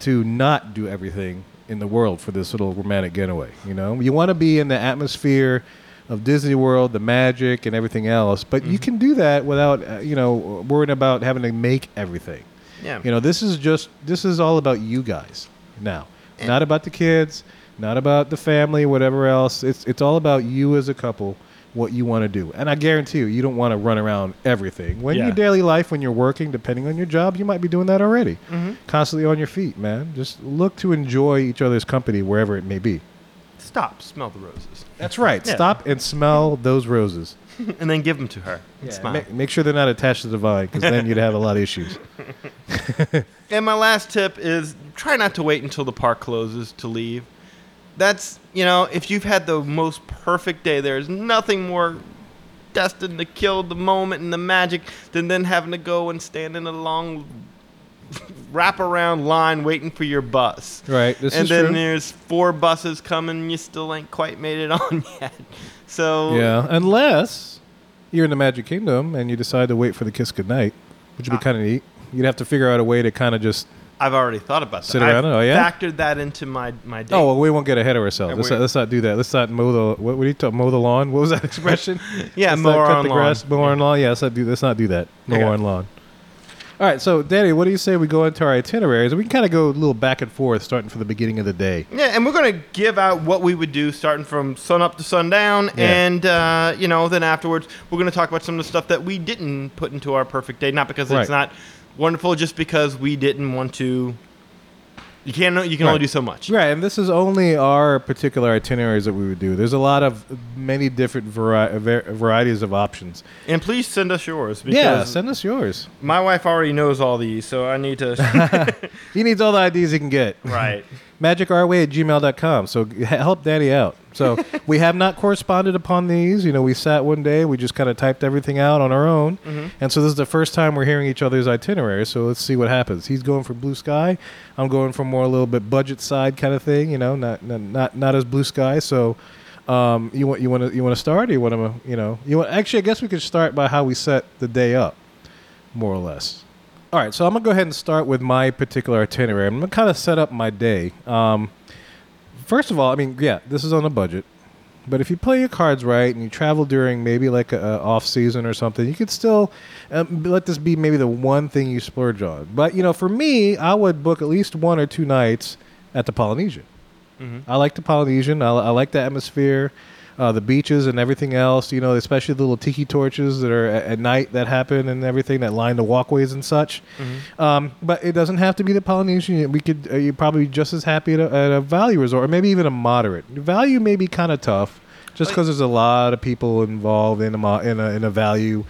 Speaker 1: to not do everything in the world for this little romantic getaway. You know, you want to be in the atmosphere of Disney World, the magic, and everything else, but you can do that without, uh, you know, worrying about having to make everything.
Speaker 2: Yeah.
Speaker 1: You know, this is just this is all about you guys now. Not about the kids, not about the family, whatever else. It's it's all about you as a couple, what you want to do. And I guarantee you, you don't want to run around everything. When
Speaker 2: Yeah.
Speaker 1: your daily life, when you're working, depending on your job, you might be doing that already. Constantly on your feet, man. Just look to enjoy each other's company wherever it may be.
Speaker 2: Stop, smell the roses, *laughs*
Speaker 1: That's right.
Speaker 2: Yeah.
Speaker 1: Stop and smell those roses.
Speaker 2: and then give them to her. and smile.
Speaker 1: Ma- make sure they're not attached to the vine, because then you'd have a lot of issues.
Speaker 2: And my last tip is try not to wait until the park closes to leave. That's, you know, if you've had the most perfect day, there's nothing more destined to kill the moment and the magic than then having to go and stand in a long *laughs* wraparound line waiting for your bus.
Speaker 1: *laughs* Right. This
Speaker 2: and
Speaker 1: is
Speaker 2: then
Speaker 1: true.
Speaker 2: there's four buses coming, and you still ain't quite made it on *laughs* yet. So,
Speaker 1: Yeah, unless you're in the Magic Kingdom and you decide to wait for the kiss goodnight, which would be
Speaker 2: Ah.
Speaker 1: kind of neat. You'd have to figure out a way to kind of just.
Speaker 2: I've already thought about that.
Speaker 1: Sit around?
Speaker 2: I've
Speaker 1: Oh, yeah?
Speaker 2: factored that into my, my day.
Speaker 1: Oh, well, we won't get ahead of ourselves.
Speaker 2: Yeah,
Speaker 1: Let's
Speaker 2: we-
Speaker 1: not, let's not do that. Let's not mow the what, what do you talk, mow the lawn? What was that *laughs* expression?
Speaker 2: *laughs* Yeah,
Speaker 1: let's
Speaker 2: mow
Speaker 1: not
Speaker 2: our
Speaker 1: cut
Speaker 2: own
Speaker 1: the grass,
Speaker 2: lawn.
Speaker 1: mow our own lawn. Yeah, let's not do let's not do that. Mow
Speaker 2: Okay.
Speaker 1: our own lawn. All right, so Danny, what do you say we go into our itineraries? We can kind of go a little back and forth, starting from the beginning of the day.
Speaker 2: Yeah, and we're gonna give out what we would do starting from sun up to sundown,
Speaker 1: Yeah.
Speaker 2: and uh, you know, then afterwards we're gonna talk about some of the stuff that we didn't put into our perfect day, not because
Speaker 1: Right.
Speaker 2: it's not wonderful, just because we didn't want to. You can't. You can
Speaker 1: Right.
Speaker 2: only do so much.
Speaker 1: Right, and this is only our particular itineraries that we would do. There's a lot of many different vari- var- varieties of options.
Speaker 2: And please send us yours because
Speaker 1: Yeah, send us yours.
Speaker 2: my wife already knows all these, so I need to.
Speaker 1: *laughs*
Speaker 2: *laughs*
Speaker 1: He needs all the IDs he can get.
Speaker 2: right.
Speaker 1: magicourway at gmail.com. So *laughs* g- help Danny out. *laughs* So we have not corresponded upon these. You know, we sat one day, we just kind of typed everything out on our own. And so this is the first time we're hearing each other's itineraries. So let's see what happens. He's going for blue sky. I'm going for more a little bit budget side kind of thing, you know, not not not, not as blue sky. So um, you want you want to you want to start or you want to you know you want actually I guess we could start by how we set the day up more or less. All right, so I'm gonna go ahead and start with my particular itinerary. I'm gonna kind of set up my day. Um, first of all, I mean, yeah, this is on a budget, but if you play your cards right and you travel during maybe like a, a off season or something, you could still um, let this be maybe the one thing you splurge on. But you know, for me, I would book at least one or two nights at the Polynesian.
Speaker 2: Mhm.
Speaker 1: I like the Polynesian. I, I like the atmosphere, uh, the beaches, and everything else. You know, especially the little tiki torches that are at, at night that happen and everything that line the walkways and such.
Speaker 2: Mm-hmm.
Speaker 1: Um, but it doesn't have to be the Polynesian. We could uh, you're probably just as happy at a, at a value resort, or maybe even a moderate. Value may be kind of tough, just because there's a lot of people involved in a mo- in a, in a value.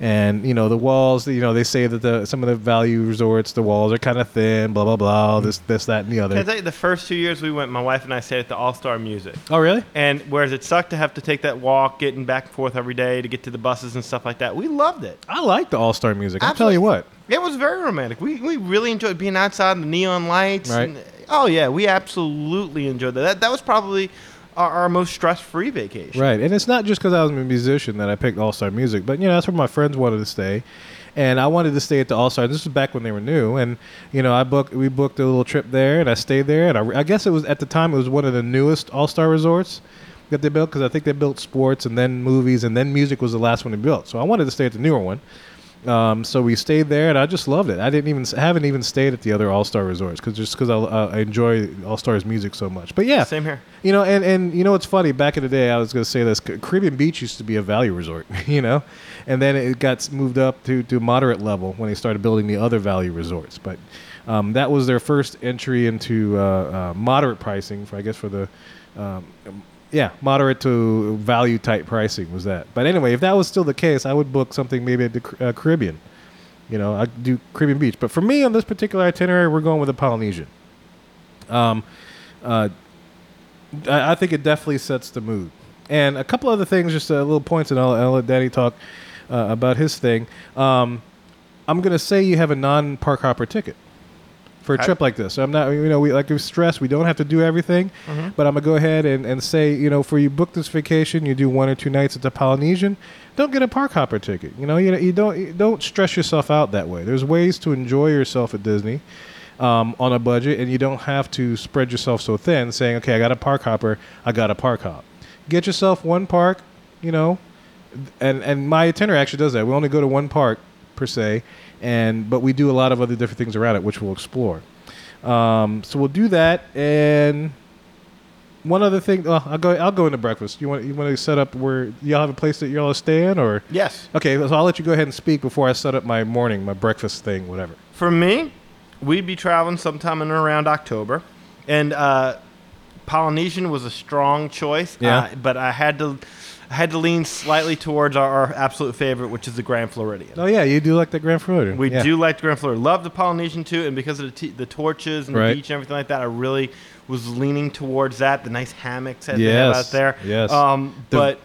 Speaker 1: And you know the walls. You know they say that the some of the value resorts, the walls are kind of thin. Blah blah blah. This this that and the
Speaker 2: Can I
Speaker 1: other.
Speaker 2: tell you, the first two years we went, my wife and I stayed at the All Star Music.
Speaker 1: Oh really?
Speaker 2: And whereas it sucked to have to take that walk, getting back and forth every day to get to the buses and stuff like that, we loved it.
Speaker 1: I like the All Star music. I'll tell you what.
Speaker 2: It was very romantic. We, we really enjoyed being outside in the neon lights.
Speaker 1: Right.
Speaker 2: and- oh, yeah, we absolutely enjoyed that. That, that was probably our, our most stress free vacation.
Speaker 1: Right, and it's not just because I was a musician that I picked All Star Music, but you know that's where my friends wanted to stay, and I wanted to stay at the All Star. This was back when they were new, and you know I booked we booked a little trip there, and I stayed there, and I, I guess it was at the time it was one of the newest All Star resorts that they built because I think they built sports and then movies and then music was the last one they built. So I wanted to stay at the newer one. Um, so we stayed there, and I just loved it. I didn't even I haven't even stayed at the other All Star resorts because just because I, I enjoy All Stars music so much. But yeah,
Speaker 2: Same here.
Speaker 1: you know, and, and you know what's funny? Back in the day, I was going to say this. C- Caribbean Beach used to be a value resort, *laughs* you know, and then it got s- moved up to, to moderate level when they started building the other value resorts. But um, that was their first entry into uh, uh, moderate pricing, for I guess for the, um, yeah, moderate to value type pricing was that. But anyway, if that was still the case, I would book something maybe at the Car- uh, Caribbean. You know, I do Caribbean Beach. But for me on this particular itinerary, we're going with the Polynesian. Um, uh, I, I think it definitely sets the mood. And a couple other things, just uh, little points, and I'll, I'll let Danny talk uh, about his thing. Um, I'm going to say you have a non park hopper ticket for a
Speaker 2: Okay.
Speaker 1: trip like this. So I'm not, you know, we like we stressed, we don't have to do everything, but I'm going to go ahead and, and say, you know, for you book this vacation, you do one or two nights at the Polynesian, don't get a park hopper ticket. You know, you, you don't you don't stress yourself out that way. There's ways to enjoy yourself at Disney um, on a budget, and you don't have to spread yourself so thin, saying, okay, I got a park hopper, I got a park hop. Get yourself one park, you know, and and my itinerary actually does that. We only go to one park per se, and but we do a lot of other different things around it, which we'll explore. Um, so we'll do that, and one other thing. Well, I'll go. I'll go into breakfast. You want you want to set up where y'all have a place that y'all stay in, or
Speaker 2: Yes.
Speaker 1: okay? So I'll let you go ahead and speak before I set up my morning, my breakfast thing, whatever.
Speaker 2: For me, we'd be traveling sometime in around October, and uh, Polynesian was a strong choice.
Speaker 1: Yeah.
Speaker 2: uh, but I had to, I had to lean slightly towards our, our absolute favorite, which is the Grand Floridian.
Speaker 1: Oh yeah, you do like the Grand Floridian.
Speaker 2: We
Speaker 1: Yeah.
Speaker 2: do like the Grand Floridian. Love the Polynesian too, and because of the, t- the torches and
Speaker 1: Right.
Speaker 2: the beach and everything like that, I really was leaning towards that. The nice hammocks that they have
Speaker 1: Yes,
Speaker 2: out there.
Speaker 1: yes.
Speaker 2: Um,
Speaker 1: The-
Speaker 2: but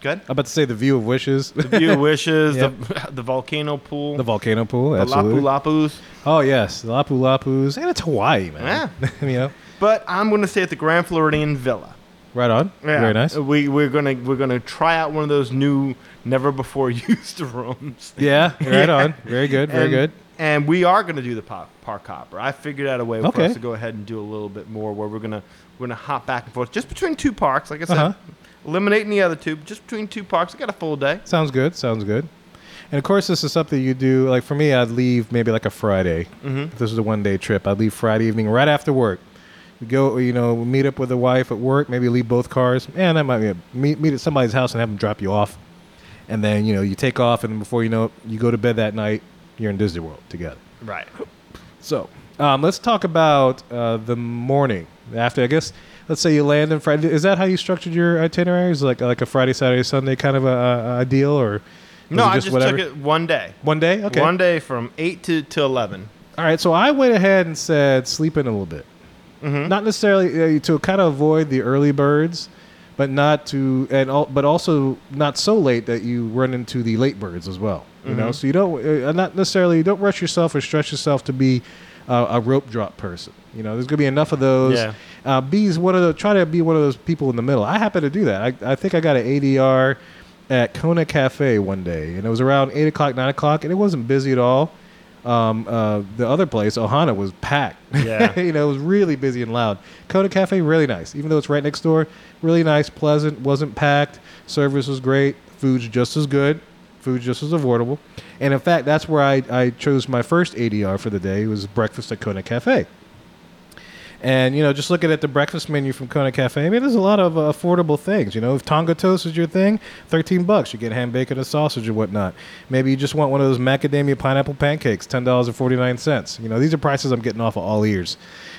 Speaker 2: good.
Speaker 1: I'm about to say the view of wishes,
Speaker 2: The view wishes
Speaker 1: Yep.
Speaker 2: the *laughs* the volcano
Speaker 1: *laughs*
Speaker 2: pool.
Speaker 1: the volcano pool,
Speaker 2: the
Speaker 1: absolutely.
Speaker 2: lapu lapus.
Speaker 1: Oh yes, the lapu lapus, and it's Hawaii, man.
Speaker 2: Yeah.
Speaker 1: *laughs* you know,
Speaker 2: But I'm going to stay at the Grand Floridian Villa.
Speaker 1: right on.
Speaker 2: Yeah.
Speaker 1: Very nice.
Speaker 2: We we're gonna we're gonna try out one of those new never before *laughs* used rooms.
Speaker 1: Yeah, right on. Very good, very
Speaker 2: and,
Speaker 1: good.
Speaker 2: And we are going to do the pop, park hopper. I figured out a way for
Speaker 1: Okay.
Speaker 2: us to go ahead and do a little bit more where we're going to we're going to hop back and forth just between two parks. Like I said,
Speaker 1: Uh-huh.
Speaker 2: eliminating the other two, but just between two parks. I got a full day.
Speaker 1: Sounds good. Sounds good. And of course, this is something you do. Like for me, I'd leave maybe like a Friday.
Speaker 2: Mhm.
Speaker 1: If this was a one day trip, I'd leave Friday evening right after work. We go, you know, meet up with the wife at work. Maybe leave both cars, and I might be meet meet at somebody's house and have them drop you off. And then you know you take off, and before you know it, you go to bed that night. You're in Disney World together.
Speaker 2: Right.
Speaker 1: So um, let's talk about uh, the morning after. I guess let's say you land on Friday. Is that how you structured your itineraries? Like like a Friday, Saturday, Sunday kind of a, a, a deal, or was
Speaker 2: No,
Speaker 1: it
Speaker 2: I just took it one day.
Speaker 1: one day. Okay,
Speaker 2: One day from 8 to, to 11.
Speaker 1: all right. So I went ahead and said sleep in a little bit,
Speaker 2: Mhm.
Speaker 1: not necessarily uh, to kind of avoid the early birds. But not to, and all, but also not so late that you run into the late birds as well. You know, so you don't, uh, not necessarily, you don't rush yourself or stress yourself to be uh, a rope drop person. You know, there's going to be enough of those.
Speaker 2: Yeah.
Speaker 1: Uh, be is one of the try to be one of those people in the middle. I happen to do that. I, I think I got an ADR at Kona Cafe one day, and it was around eight o'clock, nine o'clock, and it wasn't busy at all. Um, uh, the other place, Ohana, was packed.
Speaker 2: Yeah.
Speaker 1: *laughs* you know, it was really busy and loud. Kona Cafe, really nice, even though it's right next door. Really nice, pleasant, wasn't packed. Service was great. Food's just as good. Food's just as affordable. And in fact, that's where I, I chose my first ADR for the day. It was breakfast at Kona Cafe. And you know, just looking at the breakfast menu from Kona Cafe, I mean, there's a lot of uh, affordable things. You know, if Tonga toast is your thing, thirteen bucks, you get ham bacon and sausage or whatnot. Maybe you just want one of those macadamia pineapple pancakes, ten dollars and forty nine cents. You know, these are prices I'm getting off of all ears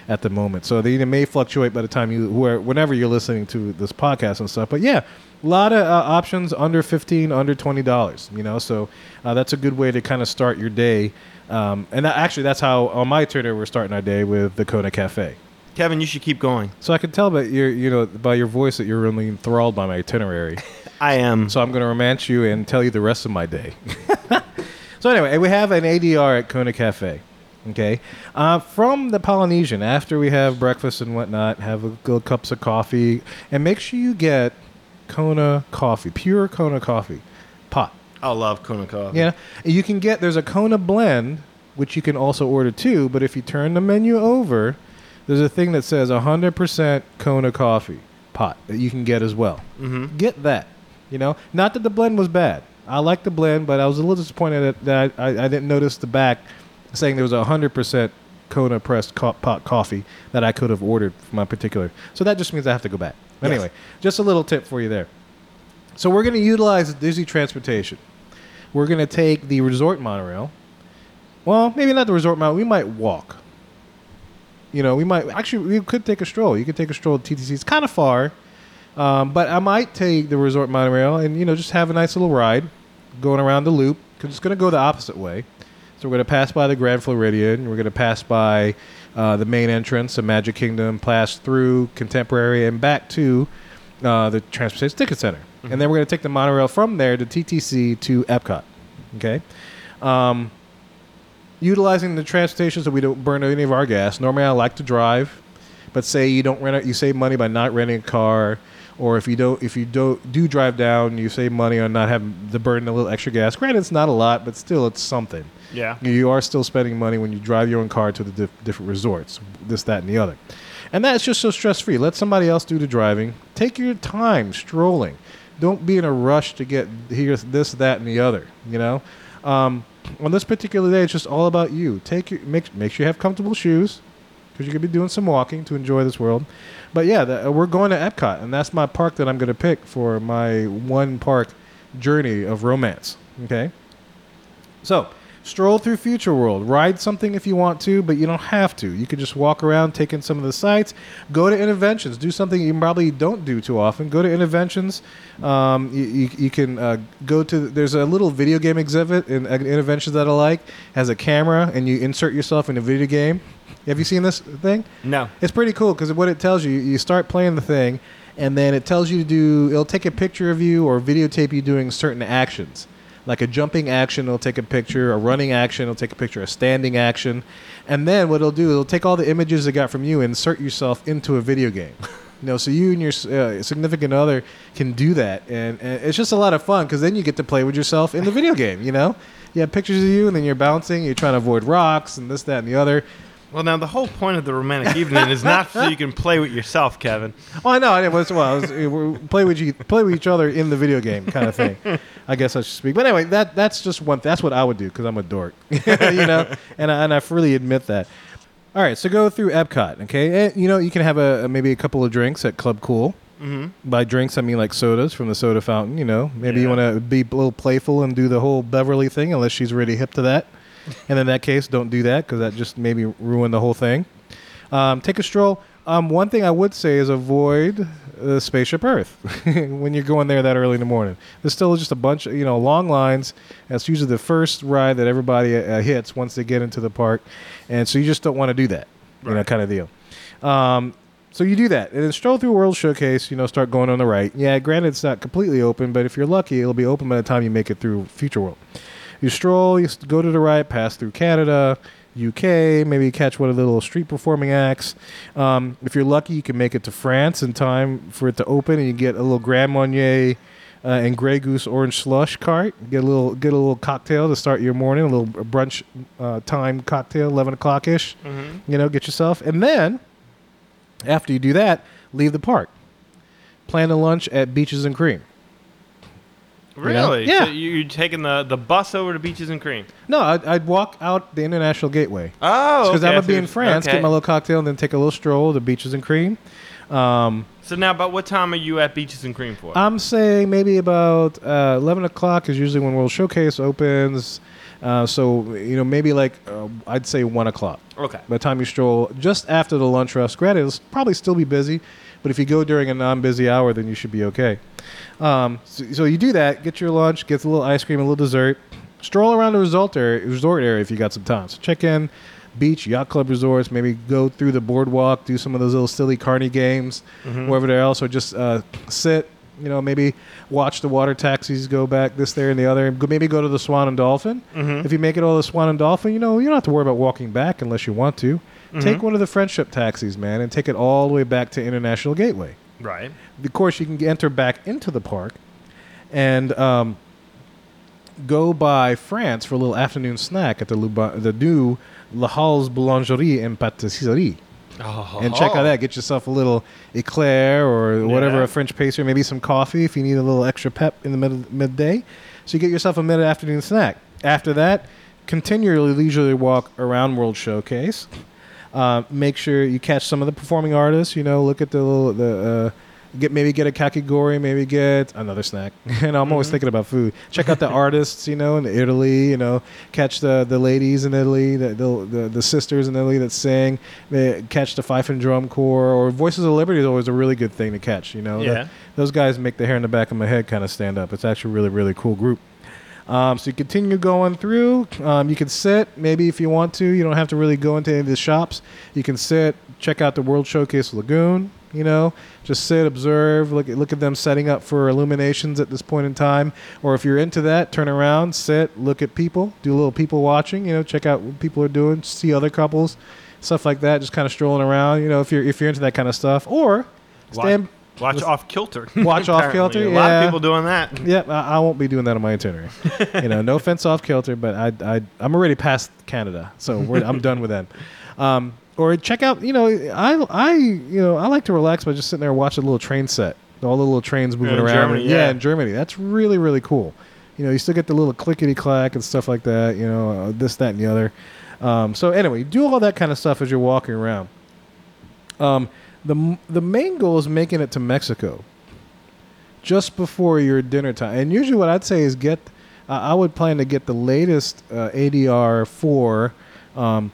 Speaker 1: at the moment, so they they may fluctuate by the time you, where, whenever you're listening to this podcast and stuff. But yeah, a lot of uh, options under fifteen, under twenty dollars. You know, so uh, that's a good way to kind of start your day. Um, and that, actually, that's how on my Twitter we're starting our day with the Kona Cafe.
Speaker 2: Kevin, you should keep going.
Speaker 1: So I can tell by your you know by your voice that you're really enthralled by my itinerary.
Speaker 2: I am.
Speaker 1: so I'm going to romance you and tell you the rest of my day. *laughs* so anyway, we have an ADR at Kona Cafe. Okay, uh, from the Polynesian. After we have breakfast and whatnot, have a little cups of coffee, and make sure you get Kona coffee, pure Kona coffee, pot.
Speaker 2: I love Kona coffee.
Speaker 1: Yeah, you can get there's a Kona blend which you can also order too. But if you turn the menu over, there's a thing that says 100% Kona coffee pot that you can get as well. Mm-hmm. Get that. You know, not that the blend was bad. I like the blend, but I was a little disappointed that, that I, I didn't notice the back saying there was 100% Kona pressed co- pot coffee that I could have ordered for my particular. So that just means I have to go back.
Speaker 2: Yes.
Speaker 1: Anyway, just a little tip for you there. So we're going to utilize Disney transportation. We're going to take the resort monorail. Well, maybe not the resort monorail. We might walk. You know, we might actually we could take a stroll. You could take a stroll to TTC. It's kind of far, um, but I might take the resort monorail and you know just have a nice little ride, going around the loop because it's going to go the opposite way. So we're going to pass by the Grand Floridian. and We're going to pass by uh, the main entrance of Magic Kingdom, pass through Contemporary, and back to uh, the Transportation Ticket Center. And then we're going to take the monorail from there to TTC to Epcot. Okay. Um, utilizing the transportation so we don't burn any of our gas. Normally, I like to drive, but say you don't rent, a, you save money by not renting a car, or if you don't, if you don't do drive down, you save money on not having to burn a little extra gas. Granted, it's not a lot, but still, it's something.
Speaker 2: Yeah.
Speaker 1: You are still spending money when you drive your own car to the diff- different resorts, this, that, and the other. And that's just so stress free. Let somebody else do the driving. Take your time strolling. Don't be in a rush to get here, this, that, and the other. You know, um, on this particular day, it's just all about you. Take your make make sure you have comfortable shoes because you're gonna be doing some walking to enjoy this world. But yeah, the, we're going to Epcot, and that's my park that I'm gonna pick for my one park journey of romance. Okay. So, stroll through Future World. Ride something if you want to, but you don't have to. You could just walk around, take in some of the sights. Go to interventions. Do something you probably don't do too often. Go to interventions. Um, you, you, you can uh, go to. There's a little video game exhibit in uh, interventions that I like. Has a camera, and you insert yourself in a video game. Have you seen this thing?
Speaker 2: No.
Speaker 1: It's pretty cool because what it tells you, you start playing the thing, and then it tells you to do. It'll take a picture of you or videotape you doing certain actions, like a jumping action. It'll take a picture. A running action. It'll take a picture. A standing action, and then what it'll do, it'll take all the images it got from you, and insert yourself into a video game. *laughs* You know, so you and your uh, significant other can do that, and, and it's just a lot of fun because then you get to play with yourself in the video game. You know, you have pictures of you, and then you're bouncing, you're trying to avoid rocks and this, that, and the other
Speaker 2: Well, now the whole point of the romantic evening is not so you can play with yourself, Kevin.
Speaker 1: Oh, I know. It was *laughs* well, it was, it were- play with you, play with each other in the video game kind of thing. I guess I should speak. But anyway, that that's just one. That's what I would do because I'm a dork, *laughs* you know, and I, and I freely admit that. All right, so go through Epcot, okay? And, you know, you can have a, a- maybe a couple of drinks at Club Cool. Mm-hmm. By drinks, I mean like sodas from the soda fountain. You know, maybe you
Speaker 2: Yeah.
Speaker 1: want to be a little playful and do the whole Beverly thing, unless she's really hip to that. And in that case, don't do that because that just maybe ruin the whole thing. Um, take a stroll. Um, one thing I would say is avoid uh, Spaceship Earth *laughs* when you're going there that early in the morning. There's still just a bunch, you know, long lines. That's usually the first ride that everybody uh, hits once they get into the park, and so you just don't want to do that, you know,
Speaker 2: Right.
Speaker 1: kind of deal. Um, so you do that, and then stroll through World Showcase. You know, start going on the right. Yeah, granted it's not completely open, but if you're lucky, it'll be open by the time you make it through Future World. You stroll, you s- go to the right, pass through Canada, UK, maybe catch one of the little street performing acts. Um, if you're lucky, you can make it to France in time for it to open, and you get a little Grand Marnier uh, and Grey Goose orange slush cart. Get a little get a little cocktail to start your morning, a little brunch uh, time cocktail, eleven o'clock ish.
Speaker 2: Mm-hmm.
Speaker 1: You know, get yourself, and then after you do that, leave the park. Plan a lunch at Beaches and Cream.
Speaker 2: Really?
Speaker 1: Yeah.
Speaker 2: So you- you're taking the, the bus over to Beaches and Cream.
Speaker 1: No, I'd, I'd walk out the International Gateway.
Speaker 2: Oh,
Speaker 1: because
Speaker 2: okay,
Speaker 1: I'm
Speaker 2: I
Speaker 1: gonna
Speaker 2: see
Speaker 1: be
Speaker 2: what
Speaker 1: in
Speaker 2: you-
Speaker 1: France,
Speaker 2: okay.
Speaker 1: get my little cocktail, and then take a little stroll to beaches and cream. Um,
Speaker 2: So now, about what time are you at Beaches and Cream for?
Speaker 1: I'm saying maybe about uh, 11 o'clock is usually when World Showcase opens. Uh, so you know maybe like uh, I'd say one o'clock
Speaker 2: okay.
Speaker 1: by the time you stroll just after the lunch rush. Granted, it'll s- probably still be busy, but if you go during a non-busy hour, then you should be okay. Um, so, so you do that, get your lunch, get a little ice cream, a little dessert, stroll around the resort area, resort area if you got some time. So check in, beach, yacht club resorts, maybe go through the boardwalk, do some of those little silly carny games, wherever they're else, or just uh, sit. You know, maybe watch the water taxis go back this, there, and the other. Go- Maybe go to the Swan and Dolphin. If you make it all the Swan and Dolphin, you know you don't have to worry about walking back unless you want to. Take one of the friendship taxis, man, and take it all the way back to International Gateway
Speaker 2: Right.
Speaker 1: of course, you can enter back into the park and um, go by France for a little afternoon snack at the, Luba- the new La Halle's Boulangerie and Patisserie.
Speaker 2: Oh.
Speaker 1: And check out that. Get yourself a little eclair or whatever,
Speaker 2: Yeah.
Speaker 1: a French pastry, maybe some coffee if you need a little extra pep in the mid- midday. So you get yourself a mid afternoon snack. After that, continue your leisurely walk around World Showcase. Uh, make sure you catch some of the performing artists. You know, look at the little, the uh, get maybe get a kakigori, maybe get another snack. *laughs* and I'm always thinking about food. Check out the artists. You know, in Italy. You know, catch the the ladies in Italy, the the, the, the sisters in Italy that sing. They catch the fife and drum corps or Voices of Liberty is always a really good thing to catch. You know,
Speaker 2: Yeah.
Speaker 1: That- those guys make the hair in the back of my head kind of stand up. It's actually a really really cool group. Um, so you continue going through. Um, you can sit, maybe if you want to. You don't have to really go into any of the shops. You can sit, check out the World Showcase Lagoon. You know, just sit, observe, look at look at them setting up for illuminations at this point in time. Or if you're into that, turn around, sit, look at people, do a little people watching. You know, check out what people are doing, see other couples, stuff like that. Just kind of strolling around. You know, if you're if you're into that kind of stuff, or stand.
Speaker 2: Watch, off kilter.
Speaker 1: *laughs* Watch Off
Speaker 2: Apparently,
Speaker 1: Kilter,
Speaker 2: A
Speaker 1: *laughs*
Speaker 2: lot
Speaker 1: yeah.
Speaker 2: of people doing that.
Speaker 1: Yep, I, I won't be doing that on my itinerary. you know, no offense off kilter, but I, I, I'm already past Canada, so we're, I'm done with them. Um, or check out, you know, I, I, you know, I like to relax by just sitting there and watch a little train set, all the little trains moving
Speaker 2: in
Speaker 1: around.
Speaker 2: Germany, yeah.
Speaker 1: in Germany, that's really really cool. You know, you still get the little clickety clack and stuff like that. You know, uh, this, that, and the other. Um, so anyway, you do all that kind of stuff as you're walking around. Um, the m- the main goal is making it to Mexico just before your dinner time. And usually, what I'd say is get. Uh, I would plan to get the latest uh, ADR for um,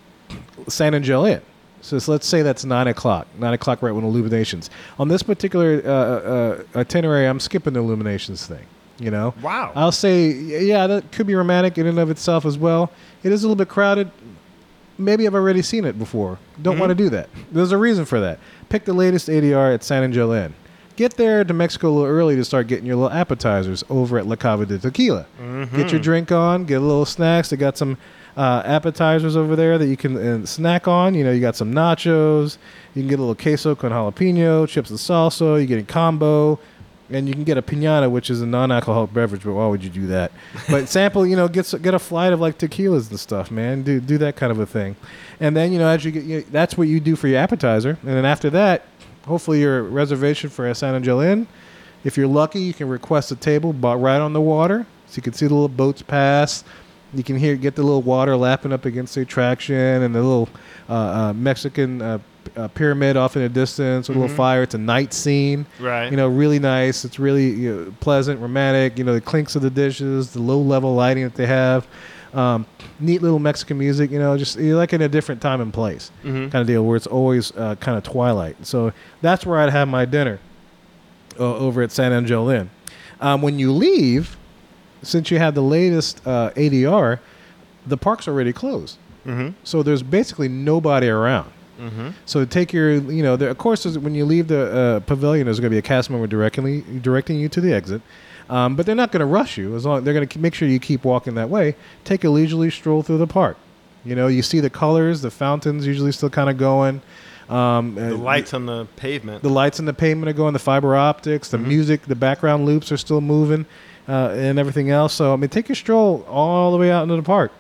Speaker 1: San Angel Inn. So it's- let's say that's nine o'clock. Nine o'clock, right when illuminations. On this particular uh, uh, itinerary, I'm skipping the illuminations thing. You know.
Speaker 2: Wow.
Speaker 1: I'll say, yeah, that could be romantic in and of itself as well. It is a little bit crowded. Maybe I've already seen it before. Don't want to do that. There's a reason for that. Pick the latest ADR at San Angel Inn. Get there to Mexico a little early to start getting your little appetizers over at La Cava de Tequila. Get your drink on, get a little snacks. They got some uh, appetizers over there that you can uh, snack on. You know, you got some nachos. You can get a little queso con jalapeno, chips and salsa. You're getting combo and you can get a pinata, which is a non-alcoholic beverage. But why would you do that? But sample, you know, get s- get a flight of like tequilas and stuff, man. Do do that kind of a thing, and then you know, as you get, you that's what you do for your appetizer, and then after that, hopefully your reservation for a San Angel Inn. If you're lucky, you can request a table, but right on the water, so you can see the little boats pass. You can hear get the little water lapping up against the attraction, and the little uh, uh, Mexican uh, p- uh, pyramid off in the distance, with a little fire. It's a night scene
Speaker 2: Right.
Speaker 1: you know, really nice. It's really you know, pleasant, romantic. You know, the clinks of the dishes, the low level lighting that they have, um, neat little Mexican music. You know, just you're like in a different time and place
Speaker 2: Mhm.
Speaker 1: kind of deal where it's always uh, kind of twilight. So that's where I'd have my dinner uh, over at San Angel Inn. Um, when you leave, since you have the latest uh, ADR, the park's already closed.
Speaker 2: Mhm.
Speaker 1: So there's basically nobody around.
Speaker 2: Mhm.
Speaker 1: So take your, you know, there, of course, there's- when you leave the uh, pavilion, there's going to be a cast member directly directing you to the exit. Um, but they're not going to rush you. As long they're going to make sure you keep walking that way. Take a leisurely stroll through the park. You know, you see the colors. The fountains usually still kind of going. Um,
Speaker 2: The lights on the pavement.
Speaker 1: the lights on the pavement are going, the fiber optics, the music, the background loops are still moving, uh, and everything else. So I mean, take your stroll all the way out into the park.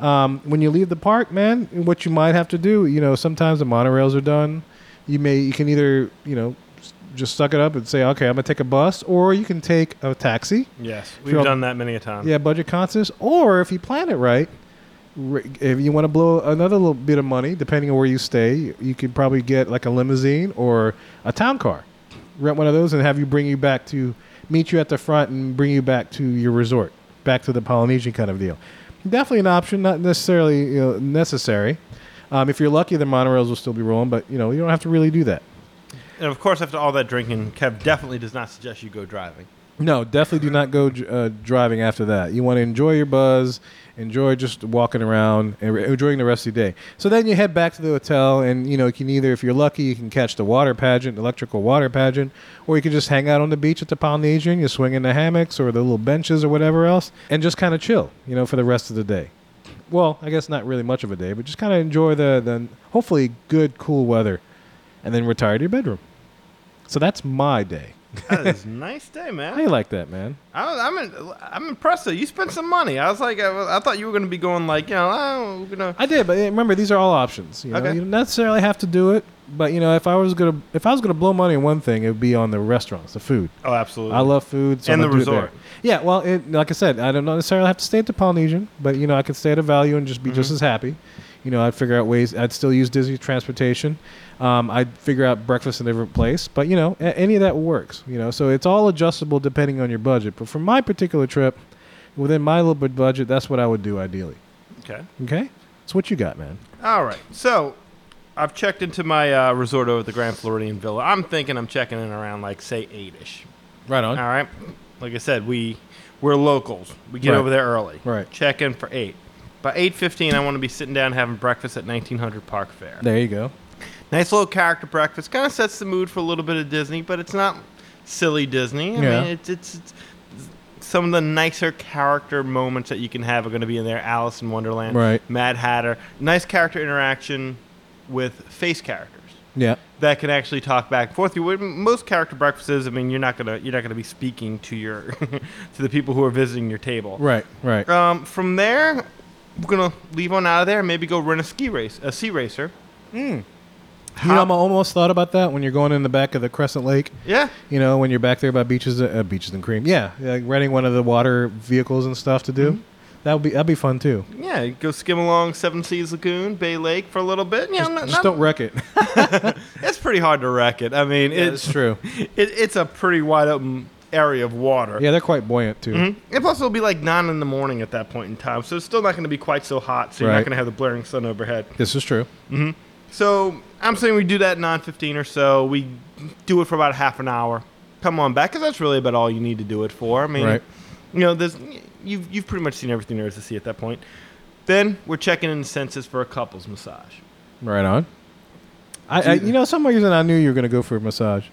Speaker 1: Um, when you leave the park, man, what you might have to do, you know, sometimes the monorails are done. You may you can either you know s- just suck it up and say, okay, I'm gonna take a bus, or you can take a taxi.
Speaker 2: yes,
Speaker 1: If you're
Speaker 2: we've
Speaker 1: all-
Speaker 2: done that many a time.
Speaker 1: Yeah, budget conscious. Or if you plan it right, r- if you want to blow another little bit of money, depending on where you stay, you can probably get like a limousine or a town car. Rent one of those and have you bring you back to meet you at the front and bring you back to your resort, back to the Polynesian kind of deal. Definitely an option, not necessarily you know, necessary. Um, if you're lucky, the monorails will still be rolling, but you know you don't have to really do that.
Speaker 2: And of course, after all that drinking, Kev definitely does not suggest you go driving.
Speaker 1: No, definitely do not go uh, driving after that. You want to enjoy your buzz, enjoy just walking around and re- enjoying the rest of your day. So then you head back to the hotel, and you know you can either, if you're lucky, you can catch the water pageant, electrical water pageant, or you can just hang out on the beach at the Polynesian. You swing in the hammocks or the little benches or whatever else, and just kind of chill, you know, for the rest of the day. Well, I guess not really much of a day, but just kind of enjoy the the hopefully good, cool weather, and then retire to your bedroom. So that's my day.
Speaker 2: That is *laughs* a nice day,
Speaker 1: How you
Speaker 2: man.
Speaker 1: like that, man?
Speaker 2: I, I'm in, I'm impressed. though. You spent some money. I was like, I, was- I thought you were going to be going like, you know, oh, we're gonna.
Speaker 1: I did, but eh, remember, these are all options. You know,
Speaker 2: Okay.
Speaker 1: you don't necessarily have to do it, but you know, if I was gonna if I was gonna blow money on one thing, it would be on the restaurants, the food.
Speaker 2: Oh, absolutely.
Speaker 1: I love food, so
Speaker 2: And
Speaker 1: I'm
Speaker 2: the
Speaker 1: gonna do it there.
Speaker 2: resort.
Speaker 1: Yeah, well, it, like I said, I don't necessarily have to stay at the Polynesian, but you know, I could stay at a value and just be
Speaker 2: Mm-hmm.
Speaker 1: just as happy. You know, I'd figure out ways. I'd still use Disney transportation. Um, I'd figure out breakfast in a different place, but you know, a- any of that works. You know, so it's all adjustable depending on your budget. But for my particular trip, within my little bit budget, that's what I would do ideally.
Speaker 2: Okay.
Speaker 1: Okay, so what you got, man?
Speaker 2: All right. So I've checked into my uh, resort over at the Grand Floridian Villa. I'm thinking I'm checking in around like say eight ish.
Speaker 1: Right on.
Speaker 2: All right. Like I said, we we're locals. We get
Speaker 1: Right.
Speaker 2: over there early.
Speaker 1: Right.
Speaker 2: Check in for eight. By eight fifteen, I want to be sitting down having breakfast at 1900 Park Fair.
Speaker 1: There you go.
Speaker 2: Nice little character breakfast. Kind of sets the mood for a little bit of Disney, but it's not silly Disney. I
Speaker 1: Yeah.
Speaker 2: mean, it's, it's it's some of the nicer character moments that you can have are going to be in there. Alice in Wonderland,
Speaker 1: Right.
Speaker 2: Mad Hatter. Nice character interaction with face characters
Speaker 1: Yeah.
Speaker 2: that can actually talk back and forth. You would- most character breakfasts. I mean, you're not gonna you're not gonna be speaking to your *laughs* to the people who are visiting your table.
Speaker 1: Right. Right.
Speaker 2: Um, from there, we're gonna leave on out of there. and Maybe go rent a ski race, a sea racer.
Speaker 1: You know, I almost thought about that when you're going in the back of the Crescent Lake.
Speaker 2: Yeah,
Speaker 1: You know, when you're back there by beaches, uh, beaches and cream. Yeah, like renting one of the water vehicles and stuff to
Speaker 2: Mm-hmm.
Speaker 1: do. That would be that'd be fun too.
Speaker 2: yeah. you Go skim along Seven Seas Lagoon, Bay Lake for a little bit. Yeah,
Speaker 1: Just,
Speaker 2: not-
Speaker 1: just
Speaker 2: not-
Speaker 1: don't
Speaker 2: *laughs*
Speaker 1: wreck it.
Speaker 2: it's pretty hard to wreck it. I mean,
Speaker 1: it's
Speaker 2: it's
Speaker 1: true.
Speaker 2: *laughs* it, it's a pretty wide open area of water.
Speaker 1: Yeah, they're quite buoyant too.
Speaker 2: Mhm. And plus, it'll be like nine in the morning at that point in time, so it's still not going to be quite so hot. So you're
Speaker 1: Right.
Speaker 2: not going to have the blaring sun overhead.
Speaker 1: This is true.
Speaker 2: So I'm saying we do that nine fifteen or so. We do it for about half an hour. Come on back, because that's really about all you need to do it for. I mean,
Speaker 1: Right.
Speaker 2: you know, there's you've you've pretty much seen everything there is to see at that point. Then we're checking in the census for a couples massage.
Speaker 1: Right on. I, I you know, some reason I knew you were going to go for a massage.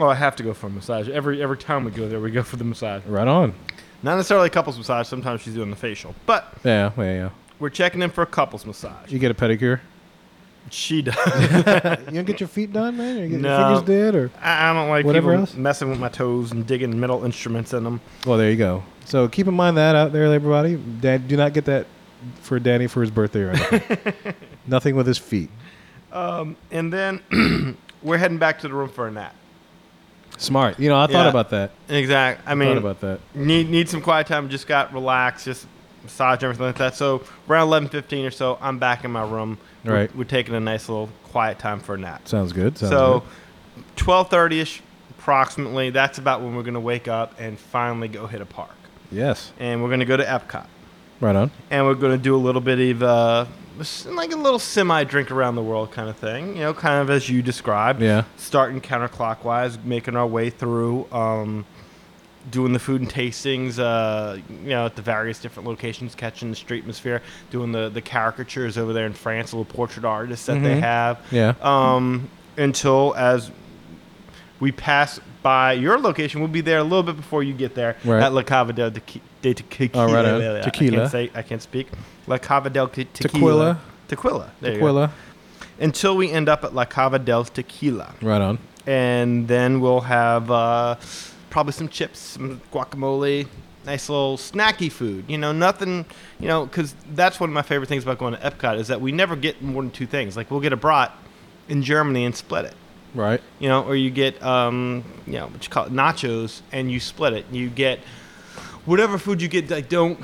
Speaker 2: Oh, I have to go for a massage every every time we go there. We go for the massage.
Speaker 1: Right on.
Speaker 2: Not necessarily a couples massage. Sometimes she's doing the facial, but
Speaker 1: Yeah, yeah, yeah.
Speaker 2: we're checking in for a couples massage.
Speaker 1: You get a pedicure.
Speaker 2: She does.
Speaker 1: You don't get your feet done, man? Or you get
Speaker 2: No.
Speaker 1: your fingers did? Or?
Speaker 2: *laughs* I I don't like
Speaker 1: Whatever
Speaker 2: people
Speaker 1: else?
Speaker 2: messing with my toes and digging metal instruments in them.
Speaker 1: Well, there you go. So keep in mind that out there, everybody. Dad, do not get that for Danny for his birthday or anything.
Speaker 2: *laughs*
Speaker 1: Nothing with his feet.
Speaker 2: And then *clears throat* we're heading back to the room for a nap.
Speaker 1: Smart. You know, I thought
Speaker 2: Yeah.
Speaker 1: about that.
Speaker 2: Exact. I
Speaker 1: I thought
Speaker 2: mean,
Speaker 1: about that.
Speaker 2: need need some quiet time. Just got relaxed, just massage everything like that. So around eleven fifteen or so, I'm back in my room. We're-
Speaker 1: Right.
Speaker 2: We're, taking a nice little quiet time for a nap.
Speaker 1: Sounds good. Sounds
Speaker 2: so
Speaker 1: good.
Speaker 2: twelve thirty ish, approximately. That's about when we're gonna wake up and finally go hit a park.
Speaker 1: Yes.
Speaker 2: And we're gonna go to Epcot.
Speaker 1: Right on.
Speaker 2: And we're gonna do a little bit of uh, s- like a little semi drink around the world kind of thing. You know, kind of as you described
Speaker 1: Yeah.
Speaker 2: starting counterclockwise, making our way through, um, doing the food and tastings, uh, you know, at the various different locations, catching the street atmosphere, doing the, the caricatures over there in France, little portrait artists that they
Speaker 1: Mhm.
Speaker 2: have,
Speaker 1: Yeah.
Speaker 2: um, until as we pass by your location, we'll be there a little bit before you get there
Speaker 1: Right.
Speaker 2: at La Cava del Tequi- de Tequila.
Speaker 1: All right, uh,
Speaker 2: I
Speaker 1: tequila.
Speaker 2: can't, say, I can't speak. La Cava del Te-
Speaker 1: Tequila.
Speaker 2: Tequila. Tequila. There you go.
Speaker 1: Tequila.
Speaker 2: Until we end up at La Cava del Tequila
Speaker 1: Right on.
Speaker 2: and then we'll have uh, probably some chips, some guacamole, nice little snacky food. You know, nothing. You know, because that's one of my favorite things about going to Epcot is that we never get more than two things. Like we'll get a brat in Germany and split it.
Speaker 1: Right.
Speaker 2: You know, or you get um, you know what you call it nachos and you split it. You get whatever food you get. Like don't.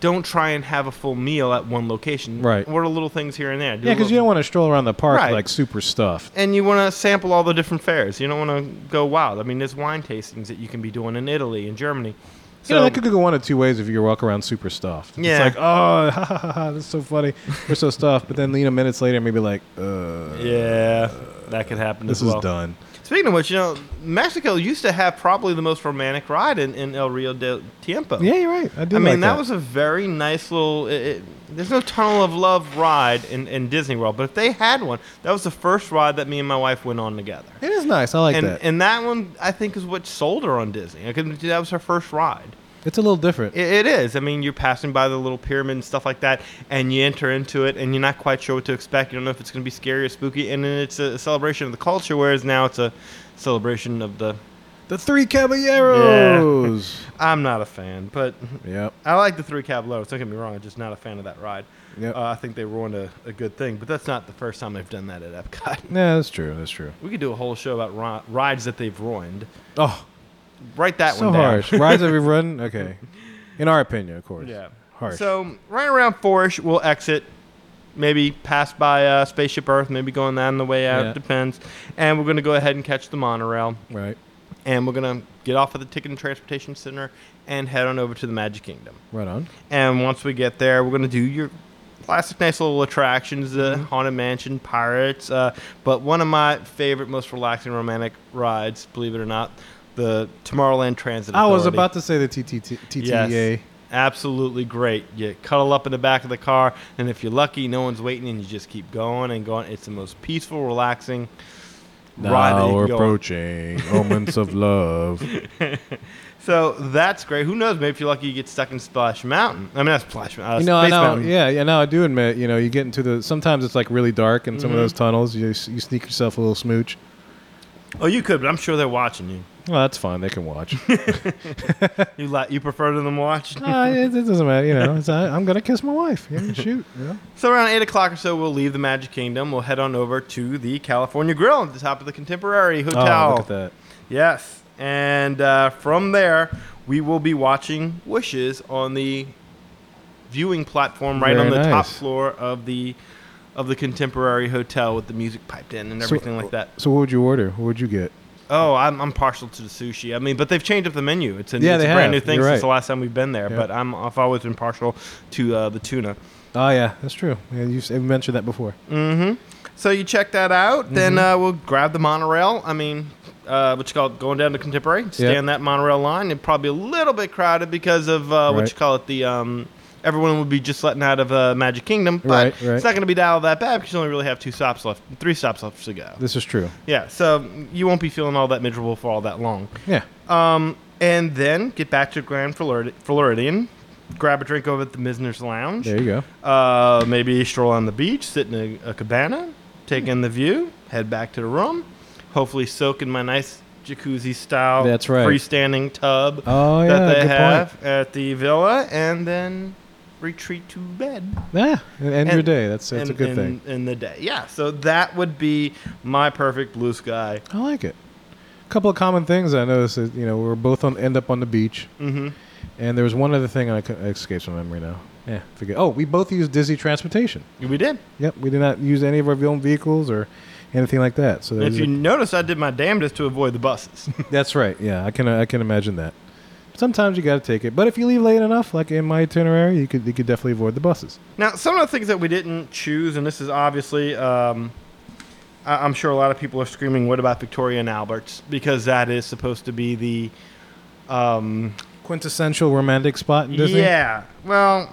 Speaker 2: Don't try and have a full meal at one location.
Speaker 1: Right.
Speaker 2: What are little things here and there? Do
Speaker 1: Yeah,
Speaker 2: a
Speaker 1: because
Speaker 2: little-
Speaker 1: you don't want to stroll around the park
Speaker 2: Right.
Speaker 1: like super stuffed.
Speaker 2: and you want to sample all the different fairs. You don't want to go wild. I mean, there's wine tastings that you can be doing in Italy and Germany. So,
Speaker 1: you know, that could go one of two ways if you walk around super stuffed.
Speaker 2: Yeah.
Speaker 1: It's like, oh, *laughs* ha ha ha, ha that's so funny. We're so stuffed. But then, you know, minutes later, maybe like, uh,
Speaker 2: yeah, that could happen.
Speaker 1: this
Speaker 2: as well.
Speaker 1: is done.
Speaker 2: Speaking of which, you know, Mexico used to have probably the most romantic ride in, in El Rio del Tiempo.
Speaker 1: Yeah, you're right. I do
Speaker 2: I mean,
Speaker 1: like
Speaker 2: that, was a very nice little. It, it, there's no Tunnel of Love ride in, in Disney World, but if they had one, that was the first ride that me and my wife went on together.
Speaker 1: It is nice. I like
Speaker 2: and
Speaker 1: that.
Speaker 2: and that one, I think, is what sold her on Disney. Like, that was her first ride.
Speaker 1: it's a little different.
Speaker 2: It, it is. I mean, you're passing by the little pyramid and stuff like that, and you enter into it, and you're not quite sure what to expect. You don't know if it's going to be scary or spooky, and then it's a celebration of the culture, whereas now it's a celebration of the.
Speaker 1: The Three Caballeros.
Speaker 2: I'm not a fan, but
Speaker 1: yep.
Speaker 2: I like the Three Caballeros. Don't get me wrong; I'm just not a fan of that ride.
Speaker 1: Yep.
Speaker 2: Uh, I think they ruined a, a good thing, but that's not the first time they've done that at Epcot. *laughs*
Speaker 1: yeah, that's true. That's true.
Speaker 2: We could do a whole show about ri- rides that they've ruined.
Speaker 1: Oh,
Speaker 2: Write that
Speaker 1: so
Speaker 2: one down.
Speaker 1: harsh. Rise
Speaker 2: *laughs*
Speaker 1: of Run. Okay. In our opinion, of course.
Speaker 2: Yeah.
Speaker 1: Harsh.
Speaker 2: So right around four-ish, we'll exit. Maybe pass by uh, Spaceship Earth. Maybe going that on the way out.
Speaker 1: Yeah.
Speaker 2: Depends. And we're gonna go ahead and catch the monorail.
Speaker 1: right.
Speaker 2: And we're gonna get off of the Ticket and Transportation Center and head on over to the Magic Kingdom.
Speaker 1: Right on.
Speaker 2: And once we get there, we're gonna do your classic, nice little attractions: the
Speaker 1: Mm-hmm.
Speaker 2: Haunted Mansion, Pirates. Uh, but one of my favorite, most relaxing, romantic rides, believe it or not, the Tomorrowland Transit.
Speaker 1: I was
Speaker 2: Authority.
Speaker 1: about to say the TTT TTA.
Speaker 2: Yes. Absolutely great. You cuddle up in the back of the car, and if you're lucky, no one's waiting, and you just keep going and going. It's the most peaceful, relaxing ride that
Speaker 1: Now
Speaker 2: you
Speaker 1: we're
Speaker 2: can go on. *laughs*
Speaker 1: approaching moments of love.
Speaker 2: So that's great. Who knows? Maybe if you're lucky, you get stuck in Splash Mountain. I mean, not Splash Mountain. Uh,
Speaker 1: You know, I
Speaker 2: Space
Speaker 1: know,
Speaker 2: Mountain.
Speaker 1: yeah, yeah. Now I do admit, you know, you get into the. Sometimes it's like really dark in
Speaker 2: Mm-hmm.
Speaker 1: some of those tunnels. You you sneak yourself a little smooch.
Speaker 2: Oh, you could, but I'm sure they're watching you.
Speaker 1: Well, that's fine. They can
Speaker 2: *laughs*
Speaker 1: watch.
Speaker 2: You li- you prefer them watch?
Speaker 1: Ah, it, it doesn't matter. You know, it's, I, I'm gonna kiss my wife. Yeah, shoot. You know?
Speaker 2: So around eight o'clock or so, we'll leave the Magic Kingdom. We'll head on over to the California Grill at the top of the Contemporary Hotel.
Speaker 1: Oh, look at that.
Speaker 2: Yes, and uh, from there we will be watching Wishes on the viewing platform right
Speaker 1: Very
Speaker 2: on the top
Speaker 1: nice.
Speaker 2: floor of the of the Contemporary Hotel with the music piped in and
Speaker 1: So-
Speaker 2: everything like that.
Speaker 1: So, what would you order? What would you get?
Speaker 2: Oh, I'm, I'm partial to the sushi. I mean, but they've changed up the menu. It's a,
Speaker 1: Yeah,
Speaker 2: it's a
Speaker 1: they
Speaker 2: brand new
Speaker 1: have.
Speaker 2: thing
Speaker 1: You're
Speaker 2: since
Speaker 1: right.
Speaker 2: the last time we've been there.
Speaker 1: Yeah.
Speaker 2: But I'm I've always been partial to uh, the tuna.
Speaker 1: Oh yeah, that's true. Yeah, you s- you mentioned that before.
Speaker 2: Mm-hmm. So you check that out, then
Speaker 1: Mm-hmm.
Speaker 2: uh, we'll grab the monorail. I mean, uh, what you call it, going down to Contemporary, stay
Speaker 1: Yeah.
Speaker 2: on that monorail line. It's probably a little bit crowded because of uh, what
Speaker 1: Right.
Speaker 2: you call it, the um, everyone would be just letting out of uh, Magic Kingdom, but
Speaker 1: Right, right.
Speaker 2: it's not going to be dialed that bad because you only really have two stops left, three stops left to go.
Speaker 1: This is true.
Speaker 2: Yeah, so you won't be feeling all that miserable for all that long.
Speaker 1: Yeah.
Speaker 2: Um, and then get back to Grand Florida- Floridian, grab a drink over at the Misner's Lounge.
Speaker 1: There you go.
Speaker 2: Uh, maybe stroll on the beach, sit in a, a cabana, take in the view, head back to the room. Hopefully, soak in my nice jacuzzi style
Speaker 1: That's right.
Speaker 2: freestanding tub
Speaker 1: Oh yeah,
Speaker 2: that they
Speaker 1: good
Speaker 2: have at the villa, and then retreat to bed.
Speaker 1: point. Yeah, and end your
Speaker 2: And-
Speaker 1: day. That's that's
Speaker 2: in,
Speaker 1: a good
Speaker 2: in,
Speaker 1: thing.
Speaker 2: In the day, yeah. So that would be my perfect blue sky.
Speaker 1: I like it. A couple of common things I noticed. That, you know, we we're both on end up on the beach,
Speaker 2: Mm-hmm.
Speaker 1: and there was one other thing I, cou- I escapes my memory now. Yeah, forget. Oh, we both used Disney transportation.
Speaker 2: We did.
Speaker 1: Yep, we did not use any of our own vehicles or anything like that. So
Speaker 2: If
Speaker 1: there's
Speaker 2: you
Speaker 1: a-
Speaker 2: notice, I did my damnedest to avoid the buses.
Speaker 1: *laughs* That's right. Yeah, I can I can imagine that. Sometimes you got to take it, but if you leave late enough, like in my itinerary, you could you could definitely avoid the buses.
Speaker 2: Now, some of the things that we didn't choose, and this is obviously, um, I- I'm sure a lot of people are screaming, "What about Victoria and Albert's?" Because that is supposed to be the, um,
Speaker 1: Quintessential romantic spot in Disney.
Speaker 2: yeah. Well,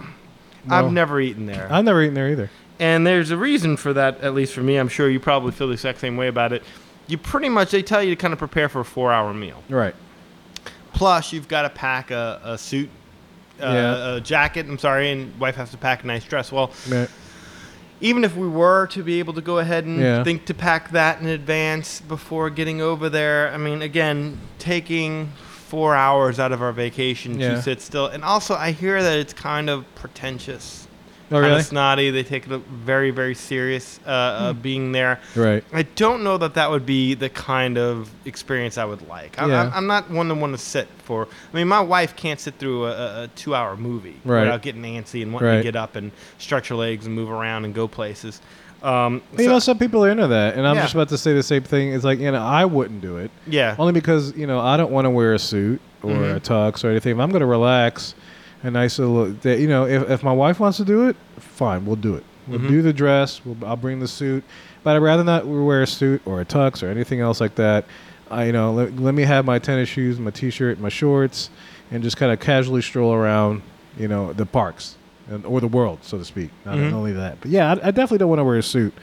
Speaker 2: I've
Speaker 1: No.
Speaker 2: never eaten there,
Speaker 1: I've never eaten there either.
Speaker 2: and there's a reason for that. At least for me, I'm sure you probably feel the exact same way about it. You pretty much they tell you to kind of prepare for a four-hour meal.
Speaker 1: Right.
Speaker 2: Plus, you've got to pack a, a suit, uh,
Speaker 1: Yeah.
Speaker 2: a jacket. I'm sorry, and wife has to pack a nice dress. Well,
Speaker 1: Yeah.
Speaker 2: even if we were to be able to go ahead and
Speaker 1: Yeah.
Speaker 2: think to pack that in advance before getting over there, I mean, again, taking four hours out of our vacation
Speaker 1: Yeah.
Speaker 2: to sit still. And also, I hear that it's kind of pretentious,
Speaker 1: Oh
Speaker 2: kind
Speaker 1: really? Hmm.
Speaker 2: of snotty. They take it very, very serious uh, uh, being there.
Speaker 1: Right.
Speaker 2: I don't know that that would be the kind of experience I would like. I,
Speaker 1: Yeah.
Speaker 2: I'm, I'm not one to want to sit for. I mean, my wife can't sit through a, a, a two-hour movie
Speaker 1: Right.
Speaker 2: without getting antsy and wanting
Speaker 1: Right.
Speaker 2: to get up and stretch her legs and move around and go places. Um,
Speaker 1: But, you
Speaker 2: so-
Speaker 1: know, some people are into that, and I'm
Speaker 2: Yeah.
Speaker 1: just about to say the same thing. It's like you know, I wouldn't do it
Speaker 2: yeah,
Speaker 1: only because you know I don't want to wear a suit or
Speaker 2: Mhm.
Speaker 1: a tux or anything. If I'm going to relax, a nice little day- you know, if if my wife wants to do it, fine, we'll do it. We'll
Speaker 2: Mhm.
Speaker 1: do the dress. We'll, I'll bring the suit, but I'd rather not wear a suit or a tux or anything else like that. I you know, let, let me have my tennis shoes, my t-shirt, my shorts, and just kind of casually stroll around, you know, the parks and, or the world, so to speak. Not
Speaker 2: Mhm.
Speaker 1: only that, but yeah, I, I definitely don't want to wear a suit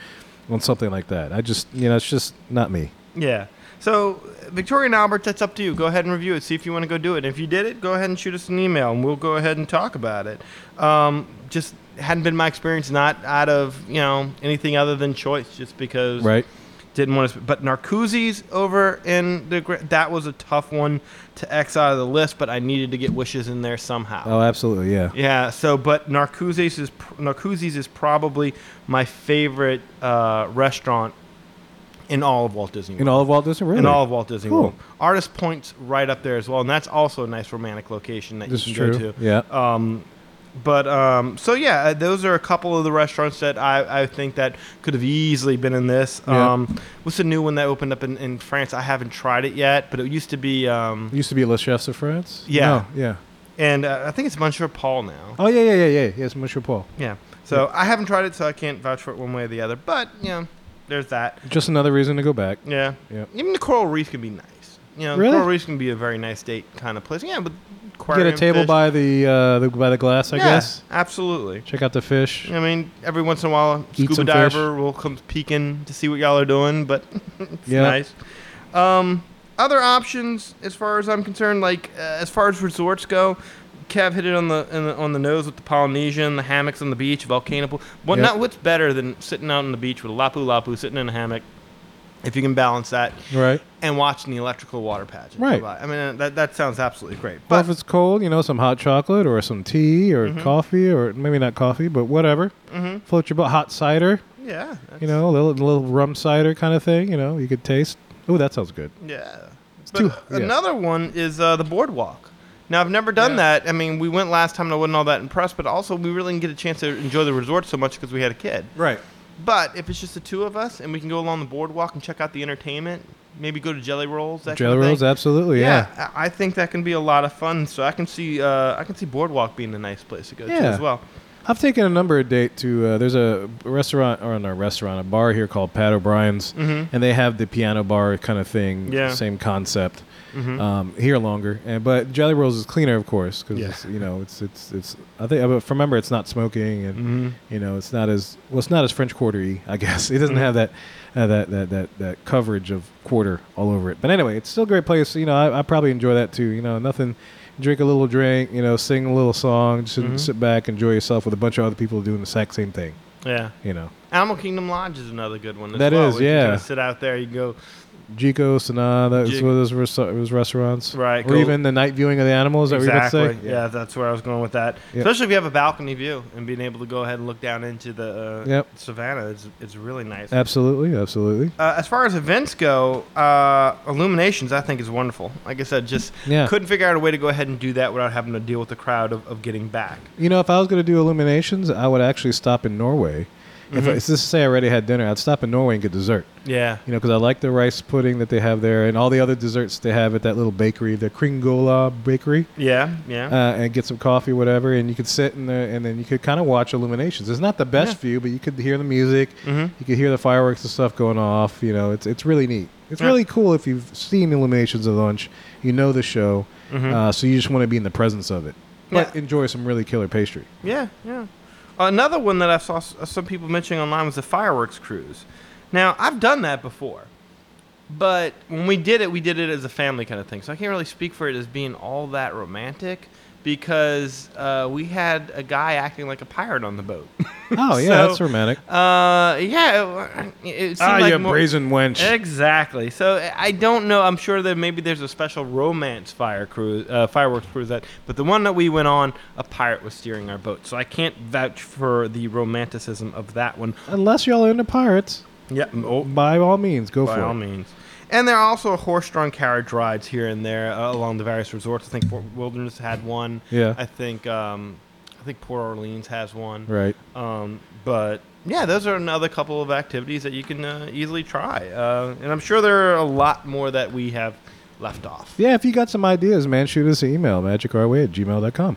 Speaker 1: on something like that. I just you know, it's just not me.
Speaker 2: yeah. So Victoria and Albert, that's up to you. Go ahead and review it. See if you want to go do it. If you did it, go ahead and shoot us an email, and we'll go ahead and talk about it. Um, just hadn't been my experience, not out of you know anything other than choice, just because
Speaker 1: Right.
Speaker 2: didn't want to. But Narcoozies over in the gra- that was a tough one to X out of the list, but I needed to get wishes in there somehow.
Speaker 1: Oh, absolutely. Yeah.
Speaker 2: Yeah. So, but Narcoozies is pr- Narcoozies is probably my favorite uh, restaurant in all of Walt Disney. World.
Speaker 1: In all of Walt Disney, really?
Speaker 2: In all of Walt Disney
Speaker 1: Cool.
Speaker 2: World, Artist Point's right up there as well, and that's also a nice romantic location that
Speaker 1: this
Speaker 2: you
Speaker 1: is
Speaker 2: can
Speaker 1: true.
Speaker 2: go to.
Speaker 1: Yeah.
Speaker 2: Um, but um, so yeah, uh, those are a couple of the restaurants that I, I think that could have easily been in this.
Speaker 1: Yeah.
Speaker 2: Um, what's the new one that opened up in, in France? I haven't tried it yet, but it used to be, um,
Speaker 1: used to be Les Chefs de France.
Speaker 2: Yeah.
Speaker 1: No, yeah.
Speaker 2: and uh, I think it's Monsieur Paul now.
Speaker 1: Oh yeah, yeah, yeah, yeah. Yes, Monsieur Paul.
Speaker 2: Yeah. So I haven't tried it, so I can't vouch for it one way or the other. But you know, there's that.
Speaker 1: Just another reason to go back.
Speaker 2: Yeah.
Speaker 1: Yep.
Speaker 2: Even the Coral Reef can be nice. You know,
Speaker 1: Really?
Speaker 2: Coral Reef can be a very nice date kind of place. Yeah, but
Speaker 1: Get a table by the, uh, the by the glass, I guess.
Speaker 2: Absolutely.
Speaker 1: Check out the fish.
Speaker 2: I mean, every once in a while,
Speaker 1: Eat
Speaker 2: scuba
Speaker 1: some
Speaker 2: diver
Speaker 1: fish.
Speaker 2: will come peeking to see what y'all are doing, but it's
Speaker 1: Yeah.
Speaker 2: nice. Um, other options, as far as I'm concerned, like uh, as far as resorts go, Kev hit it on the, in the on the nose with the Polynesian, the hammocks on the beach, volcano pool. What
Speaker 1: Yep.
Speaker 2: not? What's better than sitting out on the beach with a lapu lapu, sitting in a hammock, if you can balance that,
Speaker 1: Right.
Speaker 2: and watching the electrical water pageant? go
Speaker 1: Right.
Speaker 2: by? I mean, uh, that that sounds absolutely great.
Speaker 1: Well,
Speaker 2: But
Speaker 1: if it's cold, you know, some hot chocolate or some tea or
Speaker 2: Mhm.
Speaker 1: coffee or maybe not coffee, but whatever.
Speaker 2: hmm
Speaker 1: Float your boat. Hot cider.
Speaker 2: yeah,
Speaker 1: You know, a little, little rum cider kind of thing. You know, you could taste. Oh, that sounds good.
Speaker 2: Yeah.
Speaker 1: It's
Speaker 2: But uh,
Speaker 1: too- yeah.
Speaker 2: another one is uh, the boardwalk. Now I've never done
Speaker 1: Yeah.
Speaker 2: that. I mean, we went last time and I wasn't all that impressed, but also we really didn't get a chance to enjoy the resort so much because we had a kid.
Speaker 1: Right.
Speaker 2: But if it's just the two of us and we can go along the boardwalk and check out the entertainment, maybe go to Jelly Rolls. That
Speaker 1: Jelly
Speaker 2: kind of
Speaker 1: rolls,
Speaker 2: thing.
Speaker 1: absolutely. Yeah.
Speaker 2: I I think that can be a lot of fun. So I can see, uh, I can see boardwalk being a nice place to go to
Speaker 1: Yeah.
Speaker 2: as well.
Speaker 1: I've taken a number of date to. Uh, there's a restaurant or not a restaurant, a bar here called Pat O'Brien's,
Speaker 2: Mm-hmm.
Speaker 1: and they have the piano bar kind of thing.
Speaker 2: Yeah.
Speaker 1: Same concept.
Speaker 2: Mm-hmm.
Speaker 1: Um, here longer, and but Jelly Rolls is cleaner, of course, because
Speaker 2: Yeah.
Speaker 1: you know it's it's it's. I think if I remember, it's not smoking, and
Speaker 2: mm-hmm.
Speaker 1: you know it's not as well. It's not as French quartery, I guess. *laughs* It doesn't
Speaker 2: Mhm.
Speaker 1: have that. Uh, that, that, that, that coverage of quarter all over it. But anyway, it's still a great place. You know, I, I probably enjoy that too. You know, nothing drink a little drink, you know, sing a little song, just
Speaker 2: Mm-hmm.
Speaker 1: sit back, enjoy yourself with a bunch of other people doing the exact same thing.
Speaker 2: Yeah.
Speaker 1: You know,
Speaker 2: Animal Kingdom Lodge is another good one. As
Speaker 1: That
Speaker 2: well.
Speaker 1: is,
Speaker 2: where you
Speaker 1: yeah.
Speaker 2: Kind of sit out there. You go
Speaker 1: Jico, Sanaa, that was
Speaker 2: Jig-
Speaker 1: one of those, res- those restaurants.
Speaker 2: Right,
Speaker 1: Or
Speaker 2: go-
Speaker 1: even the night viewing of the animals that
Speaker 2: exactly.
Speaker 1: we would say.
Speaker 2: yeah. that's where I was going with that.
Speaker 1: Yeah.
Speaker 2: Especially if you have a balcony view and being able to go ahead and look down into the uh,
Speaker 1: Yep.
Speaker 2: savannah is it's really nice.
Speaker 1: Absolutely. Absolutely.
Speaker 2: Uh, as far as events go, uh, Illuminations I think is wonderful. Like I said, just
Speaker 1: Yeah.
Speaker 2: couldn't figure out a way to go ahead and do that without having to deal with the crowd of, of getting back.
Speaker 1: You know, if I was going to do illuminations, I would actually stop in Norway.
Speaker 2: Mm-hmm.
Speaker 1: If I, let's just say I already had dinner, I'd stop in Norway and get dessert.
Speaker 2: Yeah.
Speaker 1: You know, because I like the rice pudding that they have there and all the other desserts they have at that little bakery, the Kringola Bakery,
Speaker 2: Yeah. Yeah.
Speaker 1: uh, and get some coffee, whatever. And you could sit in there and then you could kind of watch illuminations. It's not the best
Speaker 2: Yeah.
Speaker 1: view, but you could hear the music,
Speaker 2: mm-hmm.
Speaker 1: you could hear the fireworks and stuff going off. You know, it's it's really neat. It's
Speaker 2: Yeah.
Speaker 1: really cool if you've seen Illuminations at lunch, you know the show,
Speaker 2: Mhm.
Speaker 1: uh, so you just want to be in the presence of it, but
Speaker 2: Yeah.
Speaker 1: enjoy some really killer pastry.
Speaker 2: Yeah, yeah. Another one that I saw s- uh, some people mentioning online was the fireworks cruise. Now, I've done that before, but when we did it, we did it as a family kind of thing. So I can't really speak for it as being all that romantic because uh, we had a guy acting like a pirate on the boat. *laughs*
Speaker 1: Oh yeah,
Speaker 2: So-
Speaker 1: that's romantic.
Speaker 2: uh, yeah, it, it seemed
Speaker 1: Ah,
Speaker 2: like
Speaker 1: you
Speaker 2: more-
Speaker 1: brazen wench.
Speaker 2: Exactly. So I- I don't know. I'm sure that maybe there's a special romance fire cruise, uh, fireworks cruise that. But the one that we went on, a pirate was steering our boat, so I can't vouch for the romanticism of that one.
Speaker 1: Unless y'all are into pirates,
Speaker 2: Yeah. Oh,
Speaker 1: by all means, go
Speaker 2: by
Speaker 1: for
Speaker 2: all
Speaker 1: it.
Speaker 2: means. And there are also horse-drawn carriage rides here and there uh, along the various resorts. I think Fort Wilderness had one.
Speaker 1: Yeah.
Speaker 2: I think um, I think Port Orleans has one.
Speaker 1: Right.
Speaker 2: Um, but yeah, those are another couple of activities that you can uh, easily try. Uh, and I'm sure there are a lot more that we have left off.
Speaker 1: Yeah, if you got some ideas, man, shoot us an email, magicarway at gmail.com.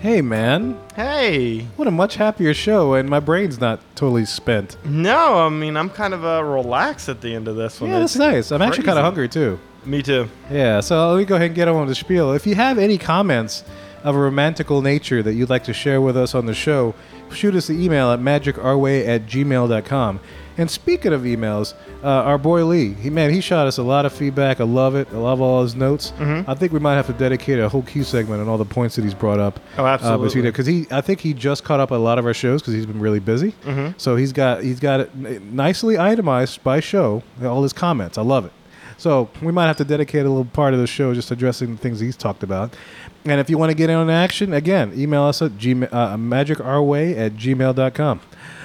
Speaker 1: Hey, man.
Speaker 2: Hey,
Speaker 1: What a much happier show, and my brain's not totally spent.
Speaker 2: no, I mean, I'm kind of uh, relaxed at the end of this one.
Speaker 1: Yeah, this is nice. I'm actually kind
Speaker 2: crazy.
Speaker 1: of hungry, too.
Speaker 2: Me too.
Speaker 1: Yeah, so let me go ahead and get on with the spiel. If you have any comments of a romantical nature that you'd like to share with us on the show, shoot us an email at magicourway at gmail.com. And speaking of emails, uh, our boy Lee, he man, he shot us a lot of feedback. I love it. I love all his notes. I think we might have to dedicate a whole Q segment on all the points that he's brought up.
Speaker 2: Oh, absolutely.
Speaker 1: because he, I think he just caught up a lot of our shows because he's been really busy. So he's got he's got it n- nicely itemized by show all his comments. I love it. So we might have to dedicate a little part of the show just addressing the things he's talked about. And if you want to get in on action, again, email us at gma- uh, magicourway at gmail.com.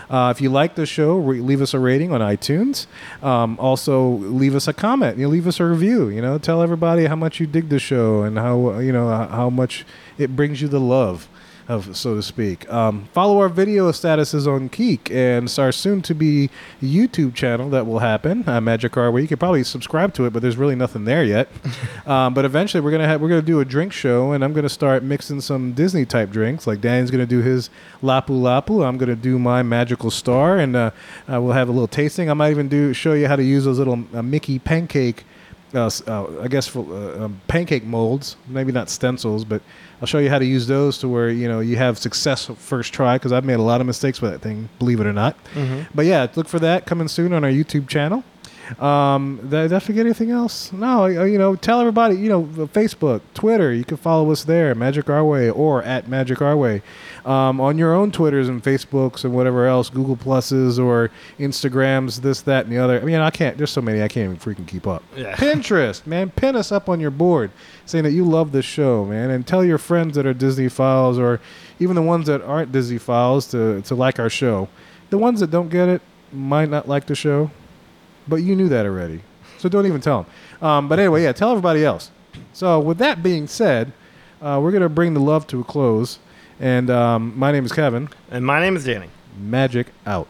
Speaker 1: Uh, if you like the show, re- leave us a rating on iTunes. Um, also, leave us a comment. You know, leave us a review. You know, tell everybody how much you dig the show and how uh, you know h- how much it brings you the love of so to speak. Um, follow our video statuses on Keek and our soon to be YouTube channel that will happen, uh, Magic Car, where you could probably subscribe to it, but there's really nothing there yet. um, but eventually, we're gonna have, we're gonna do a drink show, and I'm gonna start mixing some Disney type drinks. Like Danny's gonna do his Lapu Lapu, I'm gonna do my Magical Star, and uh, uh, we'll have a little tasting. I might even do show you how to use those little uh, Mickey pancake uh, s- uh, I guess for, uh, um, pancake molds, maybe not stencils, but I'll show you how to use those to where you know you have success first try because I've made a lot of mistakes with that thing, believe it or not. But yeah, look for that coming soon on our YouTube channel. Um, did, did I forget anything else? No, I- I- you know, tell everybody, you know, Facebook, Twitter, you can follow us there, Magic Our Way or at Magic Our Way. Um, on your own Twitters and Facebooks and whatever else, Google Pluses or Instagrams, this, that, and the other. I mean, I can't, there's so many I can't even freaking keep up.
Speaker 2: Yeah.
Speaker 1: Pinterest, man, pin us up on your board saying that you love this show, man, and tell your friends that are Disney files or even the ones that aren't Disney files to, to like our show. The ones that don't get it might not like the show, but you knew that already. So don't even tell them. Um, but anyway, yeah, tell everybody else. So with that being said, uh, we're going to bring the love to a close. And um, my name is Kevin.
Speaker 2: And my name is Danny.
Speaker 1: Magic out.